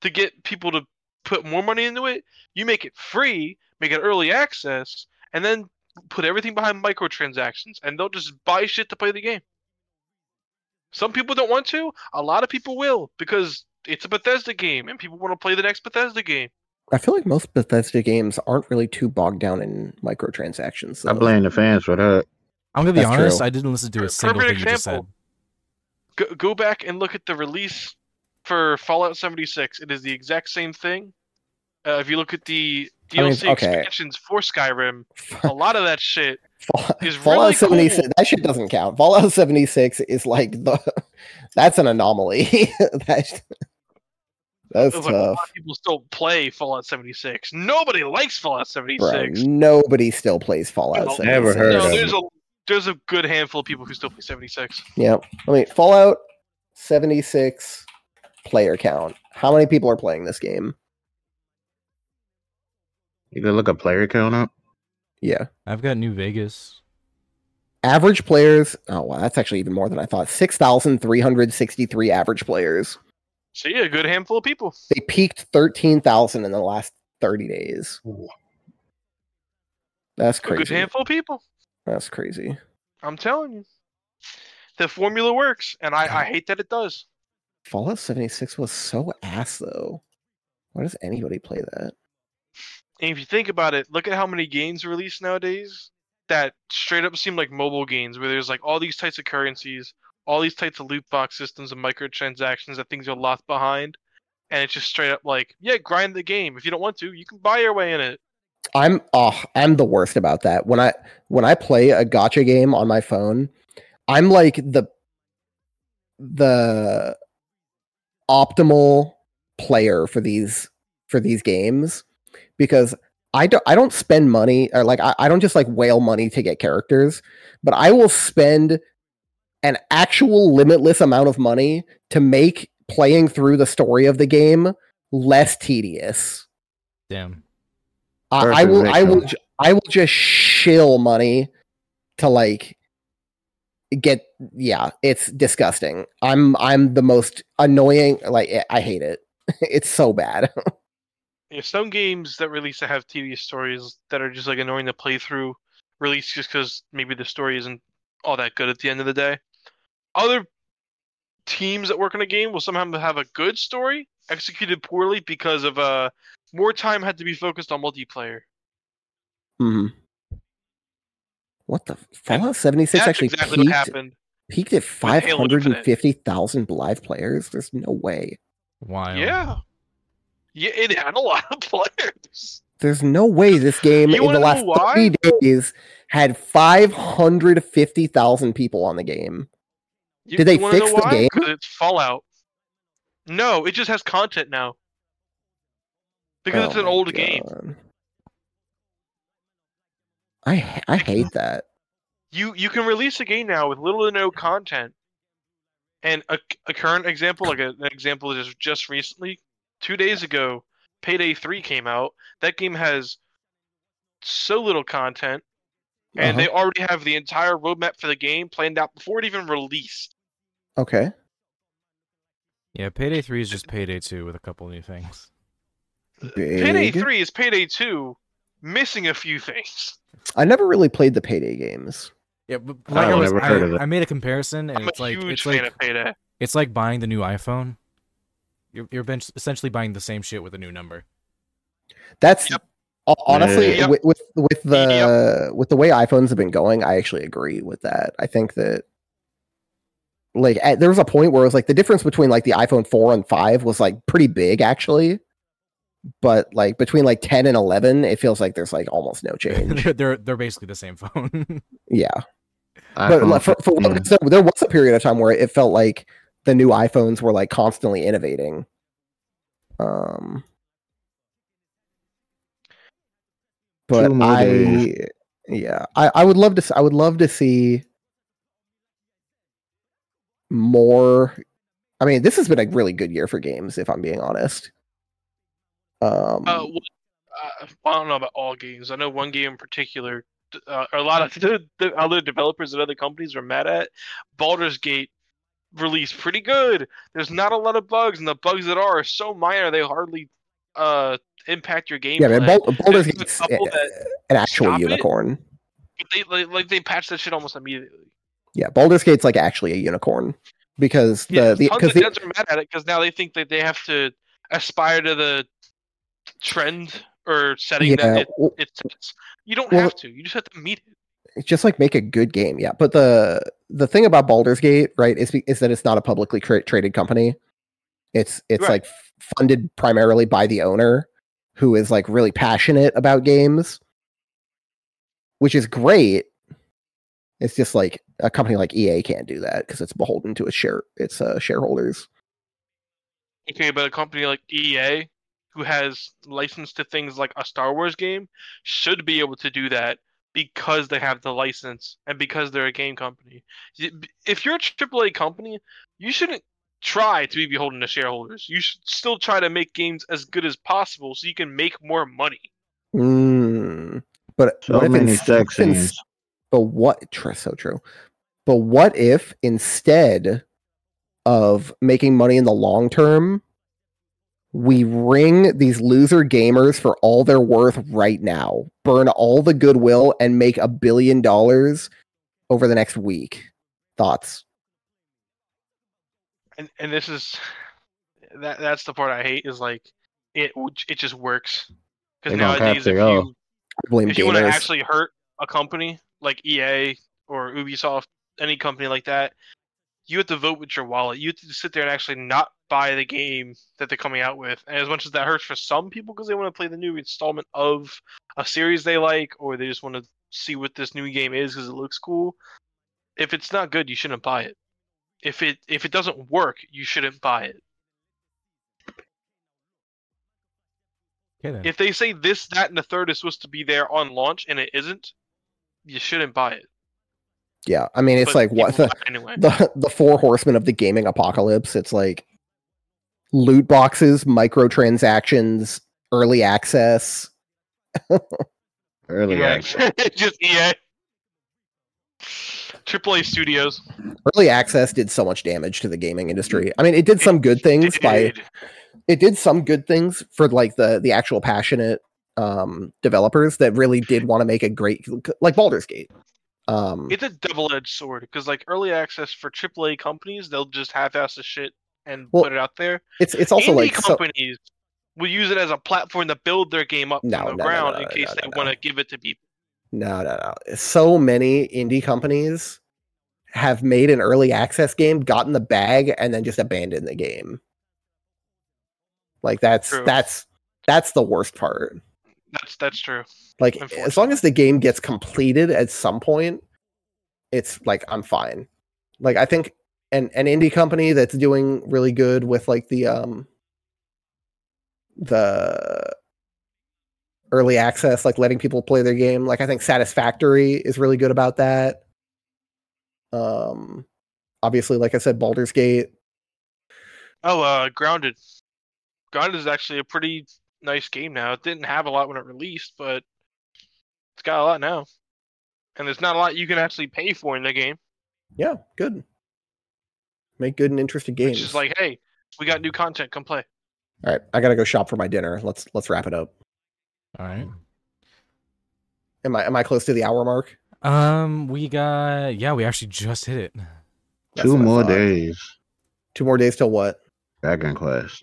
[SPEAKER 1] to get people to put more money into it, you make it free, make it early access, and then put everything behind microtransactions, and they'll just buy shit to play the game. Some people don't want to. A lot of people will because it's a Bethesda game, and people want to play the next Bethesda game.
[SPEAKER 2] I feel like most Bethesda games aren't really too bogged down in microtransactions.
[SPEAKER 4] I
[SPEAKER 2] though. [LAUGHS]
[SPEAKER 4] blame the fans for that.
[SPEAKER 3] I'm gonna be
[SPEAKER 2] That's
[SPEAKER 3] honest.
[SPEAKER 2] true.
[SPEAKER 3] I didn't listen to a
[SPEAKER 1] Per-
[SPEAKER 3] single
[SPEAKER 1] perfect
[SPEAKER 3] thing you just said.
[SPEAKER 1] example. Go, go back and look at the release for Fallout 76. It is the exact same thing. Uh, if you look at the DLC
[SPEAKER 2] I mean, okay.
[SPEAKER 1] expansions for Skyrim, a lot of that shit
[SPEAKER 2] Fall-
[SPEAKER 1] is really
[SPEAKER 2] Fallout seventy six.
[SPEAKER 1] cool.
[SPEAKER 2] That shit doesn't count. Fallout seventy six is like the. [LAUGHS] That's an anomaly. [LAUGHS] that's that's
[SPEAKER 1] It's like, a
[SPEAKER 2] tough.
[SPEAKER 1] lot of people still play Fallout 76. Nobody likes Fallout
[SPEAKER 2] Bro,
[SPEAKER 1] 76.
[SPEAKER 2] nobody still plays Fallout.
[SPEAKER 1] Well,
[SPEAKER 2] 76.
[SPEAKER 4] Never heard
[SPEAKER 1] no,
[SPEAKER 4] of
[SPEAKER 1] there's a there's a good handful of people who still play 76.
[SPEAKER 2] Yeah. I mean, Fallout 76 player count. How many people are playing this game?
[SPEAKER 4] You could look a player count up.
[SPEAKER 2] Yeah.
[SPEAKER 3] I've got New Vegas.
[SPEAKER 2] Average players. Oh, wow. That's actually even more than I thought. 6,363 average players.
[SPEAKER 1] So yeah, a good handful of people.
[SPEAKER 2] They peaked 13,000 in the last 30 days. That's
[SPEAKER 1] A good
[SPEAKER 2] crazy.
[SPEAKER 1] handful of people.
[SPEAKER 2] That's crazy.
[SPEAKER 1] I'm telling you. The formula works, and I, I hate that it does.
[SPEAKER 2] Fallout 76 was so ass, though. Why does anybody play that?
[SPEAKER 1] And if you think about it, look at how many games released nowadays that straight up seem like mobile games where there's like all these types of currencies, all these types of loot box systems and microtransactions that things are left behind. And it's just straight up like, yeah, grind the game. If you don't want to, you can buy your way in it.
[SPEAKER 2] I'm oh, I'm the worst about that. When I when I play a gotcha game on my phone, I'm like the the optimal player for these for these games because I don't I don't spend money or like I, I don't just like whale money to get characters, but I will spend an actual limitless amount of money to make playing through the story of the game less tedious.
[SPEAKER 3] Damn.
[SPEAKER 2] I, I will I will
[SPEAKER 4] Perfect.
[SPEAKER 2] ju- I will just shill money to like get yeah, it's disgusting. I'm I'm the most annoying like I- I hate it. [LAUGHS] It's so bad. [LAUGHS]
[SPEAKER 1] Yeah, some games that release that have tedious stories that are just like annoying to play through, release just because maybe the story isn't all that good at the end of the day. Other teams that work on a game will somehow have a good story executed poorly because of uh more time had to be focused on multiplayer.
[SPEAKER 2] Hmm. What the Fallout 76
[SPEAKER 1] That's
[SPEAKER 2] actually
[SPEAKER 1] exactly what
[SPEAKER 2] peaked,
[SPEAKER 1] happened.
[SPEAKER 2] peaked at
[SPEAKER 1] Halo Infinite.
[SPEAKER 2] 550,000 live players? There's no way.
[SPEAKER 3] Wow.
[SPEAKER 1] Yeah. Yeah, it had a lot of [LAUGHS] players.
[SPEAKER 2] There's no way this game
[SPEAKER 1] You
[SPEAKER 2] in
[SPEAKER 1] wanna
[SPEAKER 2] the
[SPEAKER 1] know
[SPEAKER 2] last
[SPEAKER 1] why?
[SPEAKER 2] 30 days had 550,000 people on the game.
[SPEAKER 1] You-
[SPEAKER 2] Did they
[SPEAKER 1] you wanna know
[SPEAKER 2] fix the
[SPEAKER 1] why?
[SPEAKER 2] game?
[SPEAKER 1] 'Cause it's Fallout. No, it just has content now. Because it's
[SPEAKER 2] Oh
[SPEAKER 1] an
[SPEAKER 2] my
[SPEAKER 1] old game.
[SPEAKER 2] God. I h- I hate that.
[SPEAKER 1] You you can release a game now with little to no content. And a, a current example, like a, an example that is just recently, two days ago, Payday Three came out. That game has so little content,
[SPEAKER 3] Uh-huh.
[SPEAKER 1] and they already have the entire roadmap for the game planned out before it even released.
[SPEAKER 2] Okay.
[SPEAKER 3] Yeah. Payday three is just payday two with a couple new things.
[SPEAKER 1] Payday
[SPEAKER 2] Big.
[SPEAKER 1] three is Payday two, missing a few things.
[SPEAKER 2] I never really played the payday games.
[SPEAKER 3] Yeah, but
[SPEAKER 4] Oh,
[SPEAKER 3] like I, was,
[SPEAKER 4] never
[SPEAKER 3] I,
[SPEAKER 4] heard of it.
[SPEAKER 3] I made a comparison, and
[SPEAKER 1] I'm
[SPEAKER 3] it's
[SPEAKER 1] a
[SPEAKER 3] like
[SPEAKER 1] huge
[SPEAKER 3] it's
[SPEAKER 1] fan
[SPEAKER 3] like
[SPEAKER 1] of Payday.
[SPEAKER 3] it's like buying the new iPhone. You're you're bench, essentially buying the same shit with a new number. [LAUGHS]
[SPEAKER 2] That's
[SPEAKER 1] Yep.
[SPEAKER 2] ho- honestly
[SPEAKER 1] Yep.
[SPEAKER 2] with, with with the with the way iPhones have been going. I actually agree with that. I think that like at, there was a point where it was like the difference between like the iPhone four and five was like pretty big actually, but like between like ten and eleven, it feels like there's like almost
[SPEAKER 1] [LAUGHS]
[SPEAKER 2] no change.
[SPEAKER 3] they're, they're they're basically the same phone. [LAUGHS]
[SPEAKER 2] yeah, but
[SPEAKER 4] iPhone
[SPEAKER 2] like, for, for
[SPEAKER 4] 15.
[SPEAKER 2] so there was a period of time where it felt like the new iPhones were like constantly innovating. Um, but
[SPEAKER 4] Two more
[SPEAKER 2] I,
[SPEAKER 4] days.
[SPEAKER 2] yeah, I, I would love to. s- I would love to see more. I mean, this has been a really good year for games, if I'm being honest. Um,
[SPEAKER 1] Uh, what- uh, I don't know about all games. I know one game in particular. d- Uh, a lot of [LAUGHS] the, the other developers and other companies are mad at. Baldur's Gate released pretty good. There's not a lot of bugs, and the bugs that are are so minor they hardly uh, impact your game.
[SPEAKER 2] yeah, man, Bal- Baldur's
[SPEAKER 1] There's a
[SPEAKER 2] Gate's
[SPEAKER 1] couple
[SPEAKER 2] a-
[SPEAKER 1] that
[SPEAKER 2] an actual
[SPEAKER 1] stop it.
[SPEAKER 2] unicorn.
[SPEAKER 1] But they like, like they patched that shit almost immediately.
[SPEAKER 2] Yeah, Baldur's Gate's like actually a unicorn because the
[SPEAKER 1] Yeah,
[SPEAKER 2] the
[SPEAKER 1] tons
[SPEAKER 2] because
[SPEAKER 1] of
[SPEAKER 2] the
[SPEAKER 1] devs are mad at it because now they think that they have to aspire to the trend or setting that it,
[SPEAKER 2] w-
[SPEAKER 1] it sets. You don't
[SPEAKER 2] Well-
[SPEAKER 1] have to. You just have to meet it.
[SPEAKER 2] just like make a good game, yeah. But the the thing about Baldur's Gate, right, is be- is that it's not a publicly tra- traded company. It's it's
[SPEAKER 1] Right.
[SPEAKER 2] like f- funded primarily by the owner, who is like really passionate about games, which is great. It's just like a company like EA can't do that because it's beholden to its share its uh, shareholders.
[SPEAKER 1] Okay, but a company like EA, who has license to things like a Star Wars game, should be able to do that because they have the license and because they're a game company. Y- If you're a AAA company, you shouldn't try to be beholden to shareholders. You should still try to make games as good as possible so you can make more money.
[SPEAKER 2] Mm. But
[SPEAKER 4] So
[SPEAKER 2] what if
[SPEAKER 4] many
[SPEAKER 2] ins- what if
[SPEAKER 4] sex
[SPEAKER 2] ins-
[SPEAKER 4] scenes.
[SPEAKER 2] But what? tr- So true. But what if instead of making money in the long term, we ring these loser gamers for all they're worth right now, burn all the goodwill, and make a billion dollars over the next week? Thoughts?
[SPEAKER 1] and and this is that that's the part I hate is like it w- it just works
[SPEAKER 4] They
[SPEAKER 1] because
[SPEAKER 4] don't have
[SPEAKER 1] nowadays
[SPEAKER 4] to
[SPEAKER 1] if
[SPEAKER 4] go.
[SPEAKER 1] you
[SPEAKER 2] I blame
[SPEAKER 1] if you want to
[SPEAKER 2] gamers.
[SPEAKER 1] actually hurt a company like EA or Ubisoft any company like that you have to vote with your wallet you have to sit there and actually not buy the game that they're coming out with and as much as that hurts for some people because they want to play the new installment of a series they like or they just want to see what this new game is because it looks cool if it's not good you shouldn't buy it if it if it doesn't work you shouldn't buy it
[SPEAKER 3] Okay, then.
[SPEAKER 1] If they say this, that, and the third is supposed to be there on launch and it isn't, you shouldn't buy it.
[SPEAKER 2] yeah, I mean, it's
[SPEAKER 1] But
[SPEAKER 2] like what
[SPEAKER 1] people
[SPEAKER 2] the,
[SPEAKER 1] buy it [LAUGHS] anyway?
[SPEAKER 2] the the four horsemen of the gaming apocalypse. It's like loot boxes, microtransactions, early access.
[SPEAKER 4] Early
[SPEAKER 1] Yeah.
[SPEAKER 4] access.
[SPEAKER 1] [LAUGHS] just E EA. AAA Studios.
[SPEAKER 2] early access did so much damage to the gaming
[SPEAKER 1] Mm.
[SPEAKER 2] industry. I mean, it did some good things by
[SPEAKER 1] [LAUGHS] Dude,
[SPEAKER 2] it did some good things for like the the actual passionate um developers that really did want to make a great like Baldur's Gate. Um
[SPEAKER 1] It's a double edged sword because, like, early access for AAA companies, they'll just half ass the shit and
[SPEAKER 2] Well,
[SPEAKER 1] put it out there.
[SPEAKER 2] It's it's also
[SPEAKER 1] Indie
[SPEAKER 2] like so,
[SPEAKER 1] companies will use it as a platform to build their game up
[SPEAKER 2] No,
[SPEAKER 1] from
[SPEAKER 2] no,
[SPEAKER 1] the
[SPEAKER 2] no,
[SPEAKER 1] ground
[SPEAKER 2] no,
[SPEAKER 1] in
[SPEAKER 2] no,
[SPEAKER 1] case
[SPEAKER 2] no,
[SPEAKER 1] they
[SPEAKER 2] no,
[SPEAKER 1] want to
[SPEAKER 2] no.
[SPEAKER 1] give it to people.
[SPEAKER 2] no no no. So many indie companies have made an early access game, gotten the bag, and then just abandoned the game. Like that's
[SPEAKER 1] True.
[SPEAKER 2] that's that's the worst part.
[SPEAKER 1] That's that's true.
[SPEAKER 2] Like as long
[SPEAKER 1] Unfortunately.
[SPEAKER 2] as the game gets completed at some point, it's like I'm fine. Like I think an an indie company that's doing really good with like the um the early access, like letting people play their game. Like I think Satisfactory is really good about that. Um obviously like I said, Baldur's Gate.
[SPEAKER 1] Oh, uh, Grounded. Grounded is actually a pretty nice game now. It didn't have a lot when it released, but it's got a lot now. And there's not a lot you can actually pay for in the game.
[SPEAKER 2] Yeah, good. Make good and interesting games.
[SPEAKER 1] It's just like, hey, we got new content. Come play.
[SPEAKER 2] All right, I gotta go shop for my dinner. Let's let's wrap it up.
[SPEAKER 3] All right.
[SPEAKER 2] Am I am I close to the hour mark?
[SPEAKER 3] Um, we got yeah, we actually just hit it.
[SPEAKER 2] That's
[SPEAKER 4] Two
[SPEAKER 2] what I
[SPEAKER 4] more
[SPEAKER 2] thought.
[SPEAKER 4] days.
[SPEAKER 2] Two more days till what?
[SPEAKER 4] Dragon Quest.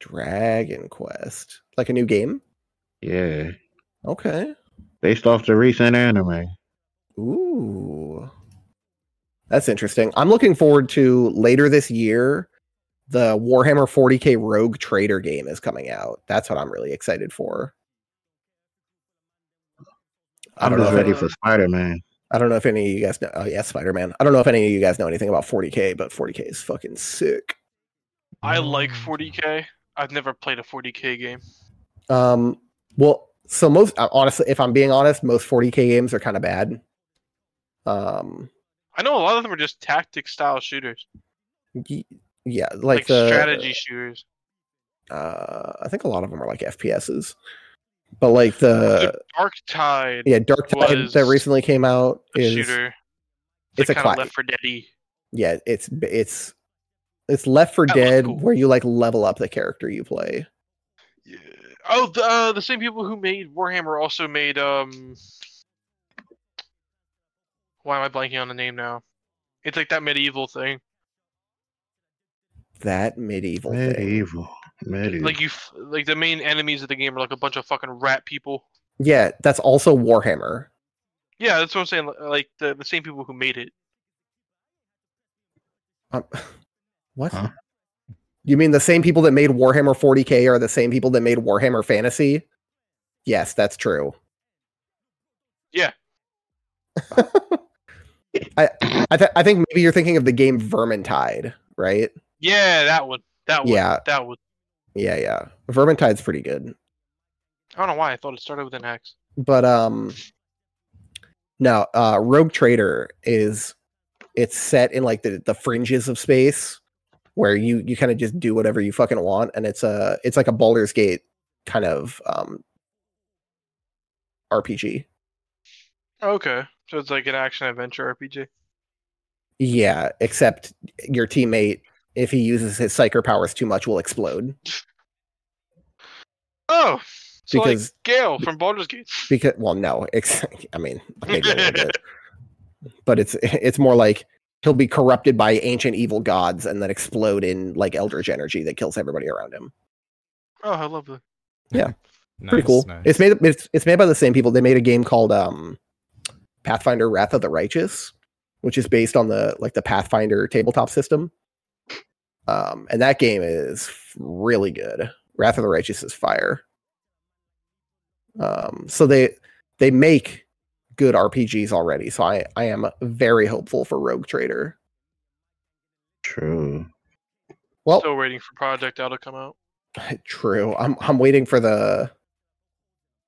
[SPEAKER 2] Dragon Quest, like a new game.
[SPEAKER 4] Yeah.
[SPEAKER 2] Okay.
[SPEAKER 4] Based off the recent anime.
[SPEAKER 2] Ooh, that's interesting. I'm looking forward to later this year. The Warhammer 40k Rogue Trader game is coming out. That's what I'm really excited for. I
[SPEAKER 4] I'm
[SPEAKER 2] don't
[SPEAKER 4] just
[SPEAKER 2] know if
[SPEAKER 4] ready
[SPEAKER 1] any-
[SPEAKER 4] for Spider Man.
[SPEAKER 2] I don't know if any of you guys know. Oh yeah, Spider Man. I don't know if any of you guys know anything about 40k, but 40k is fucking sick.
[SPEAKER 1] I like
[SPEAKER 3] Mm.
[SPEAKER 1] 40k. I've never played a 40k game.
[SPEAKER 2] Um, well, so most uh, honestly, if I'm being honest, most 40k games are kind of bad. Um,
[SPEAKER 1] I know a lot of them are just tactic style shooters,
[SPEAKER 2] y- yeah, like,
[SPEAKER 1] like,
[SPEAKER 2] the
[SPEAKER 1] strategy shooters.
[SPEAKER 2] Uh, I think a lot of them are like FPSs, but like the
[SPEAKER 1] Dark Tide,
[SPEAKER 2] uh, yeah Dark Tide that
[SPEAKER 1] was
[SPEAKER 2] recently came out
[SPEAKER 1] a
[SPEAKER 2] is
[SPEAKER 1] shooter.
[SPEAKER 2] it's a
[SPEAKER 1] kind
[SPEAKER 2] cla-
[SPEAKER 1] of Left for Dead.
[SPEAKER 2] yeah it's it's it's Left for
[SPEAKER 1] That looks
[SPEAKER 2] Dead
[SPEAKER 1] cool.
[SPEAKER 2] where you like level up the character you play.
[SPEAKER 1] Yeah. Oh, the, uh, the same people who made Warhammer also made um. Why am I blanking on the name now? It's like that medieval thing.
[SPEAKER 2] That medieval, thing.
[SPEAKER 4] Medieval. Medieval.
[SPEAKER 1] Like you, f- like the main enemies of the game are like a bunch of fucking rat people.
[SPEAKER 2] yeah, that's also Warhammer.
[SPEAKER 1] Yeah, that's what I'm saying. li- Like the, the same people who made it.
[SPEAKER 2] Um, [SIGHS] what?
[SPEAKER 4] Huh?
[SPEAKER 2] You mean the same people that made Warhammer 40k are the same people that made Warhammer Fantasy? Yes, that's true.
[SPEAKER 1] Yeah.
[SPEAKER 2] [LAUGHS] I I, th- I think maybe you're thinking of the game Vermintide, right?
[SPEAKER 1] Yeah, that one. That one.
[SPEAKER 2] Yeah.
[SPEAKER 1] That one.
[SPEAKER 2] Yeah, yeah. Vermintide's pretty good.
[SPEAKER 1] I don't know why I thought it started with an X.
[SPEAKER 2] but um no uh rogue trader is it's set in like the the fringes of space where you you kind of just do whatever you fucking want and it's a it's like a Baldur's Gate kind of um RPG.
[SPEAKER 1] Oh, Okay, so it's like an action adventure RPG.
[SPEAKER 2] Yeah, except your teammate if he uses his psyker powers too much will explode
[SPEAKER 1] Oh, so
[SPEAKER 2] because
[SPEAKER 1] like Gale from Baldur's Gate.
[SPEAKER 2] because well no [LAUGHS] ex- i mean maybe a little bit but it's it's more like he'll be corrupted by ancient evil gods and then explode in like eldritch energy that kills everybody around him
[SPEAKER 1] Oh, I love that.
[SPEAKER 2] pretty
[SPEAKER 3] Nice,
[SPEAKER 2] cool
[SPEAKER 3] nice.
[SPEAKER 2] it's made it's, it's made by the same people they made a game called um pathfinder wrath of the righteous which is based on the like the pathfinder tabletop system um and that game is really good wrath of the righteous is fire um so they they make good rpgs already so i i am very hopeful for rogue trader
[SPEAKER 4] True.
[SPEAKER 2] well
[SPEAKER 1] Still waiting for Project L to come out.
[SPEAKER 2] [LAUGHS] True. I'm I'm waiting for the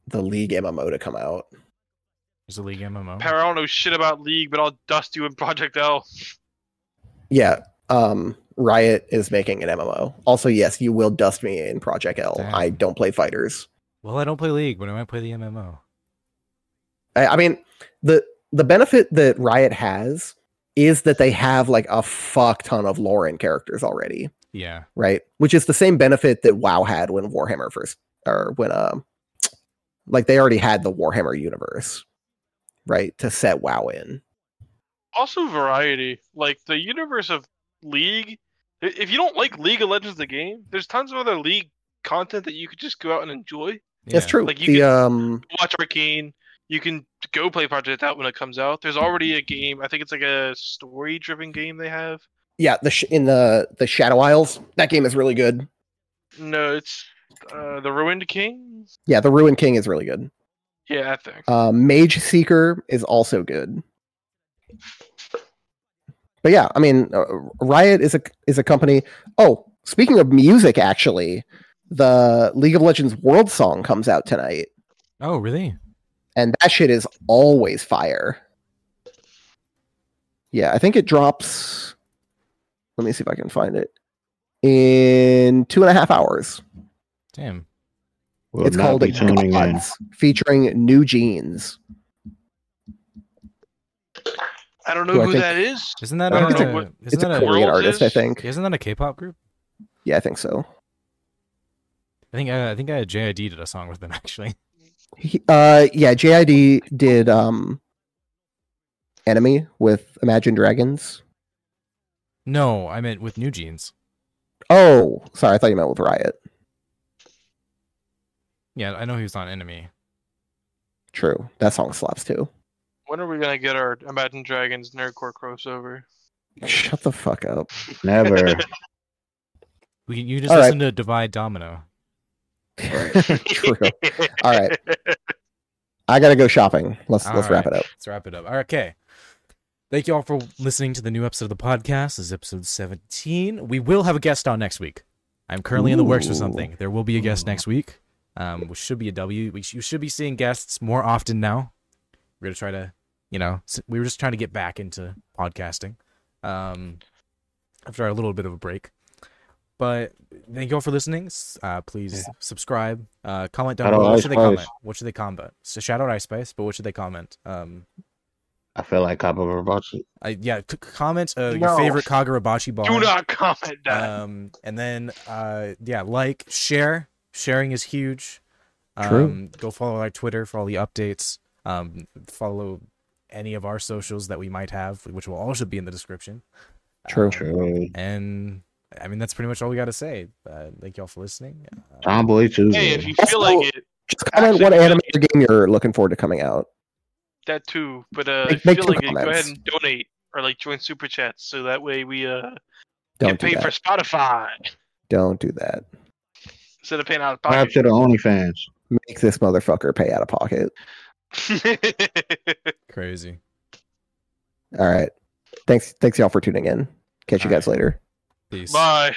[SPEAKER 2] the league MMO to come out.
[SPEAKER 3] There's a league MMO.
[SPEAKER 1] Power, I don't know shit about League, but I'll dust you in Project L.
[SPEAKER 2] Yeah. Um Riot is making an MMO. Also, yes, you will dust me in Project L. I
[SPEAKER 3] Damn.
[SPEAKER 2] don't play fighters.
[SPEAKER 3] well, I don't play league, but I might play the MMO.
[SPEAKER 2] I, I mean, the the benefit that Riot has is that they have like a fuck ton of lore and characters already,
[SPEAKER 3] Yeah.
[SPEAKER 2] right? Which is the same benefit that WoW had when Warhammer first or when um like they already had the Warhammer universe, right? To set WoW in.
[SPEAKER 1] Also, variety. Like, the universe of League I- If you don't like League of Legends, the game, there's tons of other League content that you could just go out and enjoy.
[SPEAKER 2] That's true.
[SPEAKER 1] Like, you
[SPEAKER 2] the
[SPEAKER 1] could-
[SPEAKER 2] um,
[SPEAKER 1] watch Arcane. You can go play Project Out when it comes out. There's already a game. I think it's like a story-driven game they have.
[SPEAKER 2] yeah, the sh- in the the Shadow Isles, that game is really good.
[SPEAKER 1] No, it's uh, the Ruined King.
[SPEAKER 2] Yeah, the Ruin King is really good.
[SPEAKER 1] Yeah, I think.
[SPEAKER 2] Uh, Mage Seeker is also good. But yeah, I mean, uh, Riot is a is a company. Oh, speaking of music, actually, the League of Legends World Song comes out tonight,
[SPEAKER 3] Oh, really?
[SPEAKER 2] and that shit is always fire. Yeah, I think it drops. Let me see if I can find it in two and a half hours.
[SPEAKER 3] Damn.
[SPEAKER 4] Will
[SPEAKER 2] it's
[SPEAKER 4] not
[SPEAKER 2] called
[SPEAKER 4] be tuning
[SPEAKER 2] [LAUGHS]
[SPEAKER 4] in.
[SPEAKER 2] Gods, featuring New Jeans.
[SPEAKER 1] I don't know
[SPEAKER 2] who I
[SPEAKER 1] who
[SPEAKER 2] think-
[SPEAKER 1] that is.
[SPEAKER 3] Isn't that
[SPEAKER 1] I don't
[SPEAKER 3] like
[SPEAKER 1] know
[SPEAKER 3] a,
[SPEAKER 1] what-
[SPEAKER 2] It's
[SPEAKER 3] isn't that
[SPEAKER 2] a
[SPEAKER 3] a,
[SPEAKER 2] Korean
[SPEAKER 1] World
[SPEAKER 2] artist, I
[SPEAKER 1] is-
[SPEAKER 2] think.
[SPEAKER 3] isn't that a K-pop group?
[SPEAKER 2] Yeah, I think so.
[SPEAKER 3] I think uh, I think uh, JID did a song with them [LAUGHS] actually.
[SPEAKER 2] He, uh, yeah, JID did um, Enemy with Imagine Dragons.
[SPEAKER 3] No, I meant with New Jeans.
[SPEAKER 2] Oh, sorry, I thought you meant with Riot.
[SPEAKER 3] Yeah, I know he was on Enemy.
[SPEAKER 2] True, that song slaps too.
[SPEAKER 1] When are we gonna get our Imagine Dragons nerdcore crossover?
[SPEAKER 2] Shut the fuck up. [LAUGHS]
[SPEAKER 4] Never.
[SPEAKER 3] We can, you just
[SPEAKER 2] All right.
[SPEAKER 3] listen to Divide Domino.
[SPEAKER 2] [LAUGHS]
[SPEAKER 1] [LAUGHS]
[SPEAKER 2] True. All right, I gotta go shopping. Let's
[SPEAKER 3] All
[SPEAKER 2] let's wrap it up.
[SPEAKER 3] Let's wrap it up. All right, okay. Thank you all for listening to the new episode of the podcast. This is episode 17. We will have a guest on next week. I'm currently in the works for
[SPEAKER 2] Ooh.
[SPEAKER 3] something. There will be a guest next week, um, which should be a W. We sh- you should be seeing guests more often now. We're going to try to, you know, s- we were just trying to get back into podcasting um, after a little bit of a break. But thank you all for listening. S- Uh, please subscribe. Uh, comment down
[SPEAKER 4] Shout out
[SPEAKER 3] below. What should they
[SPEAKER 4] Ice Spice.
[SPEAKER 3] comment? What should they comment? So shout out Ice Spice, but what should they comment? Um,
[SPEAKER 4] I feel like Cabo Robachi.
[SPEAKER 3] I, yeah, c- c- comment uh, your
[SPEAKER 1] No.
[SPEAKER 3] favorite Kagurabachi bar.
[SPEAKER 1] Do not comment that.
[SPEAKER 3] Um, and then uh, yeah, like, share. Sharing is huge. Um,
[SPEAKER 2] True.
[SPEAKER 3] Go follow our Twitter for all the updates. Um, follow any of our socials that we might have, which will also be in the description.
[SPEAKER 2] True.
[SPEAKER 4] True.
[SPEAKER 3] And I mean, that's pretty much all we got to say. Uh, thank y'all for listening. Uh,
[SPEAKER 4] Tomboy
[SPEAKER 1] hey,
[SPEAKER 4] Tuesday.
[SPEAKER 1] if you feel
[SPEAKER 2] Also-
[SPEAKER 1] like it,
[SPEAKER 2] Just comment what
[SPEAKER 1] Actually,
[SPEAKER 2] anime or game you're looking forward to coming out.
[SPEAKER 1] that too. But uh,
[SPEAKER 2] Make-
[SPEAKER 1] if you
[SPEAKER 2] make
[SPEAKER 1] feel
[SPEAKER 2] two
[SPEAKER 1] like it, go ahead
[SPEAKER 2] comments.
[SPEAKER 1] and donate or like join super chats so that way we uh
[SPEAKER 2] Don't
[SPEAKER 1] get
[SPEAKER 2] do
[SPEAKER 1] paid
[SPEAKER 2] that.
[SPEAKER 1] for Spotify
[SPEAKER 2] Don't do that.
[SPEAKER 1] instead of paying out of
[SPEAKER 4] Subscribe
[SPEAKER 1] pocket.
[SPEAKER 4] to the OnlyFans.
[SPEAKER 2] Make this motherfucker pay out of pocket.
[SPEAKER 1] [LAUGHS]
[SPEAKER 3] Crazy.
[SPEAKER 2] All right. Thanks. Thanks y'all for tuning in. Catch you
[SPEAKER 3] All
[SPEAKER 2] guys later.
[SPEAKER 3] Peace.
[SPEAKER 1] Bye.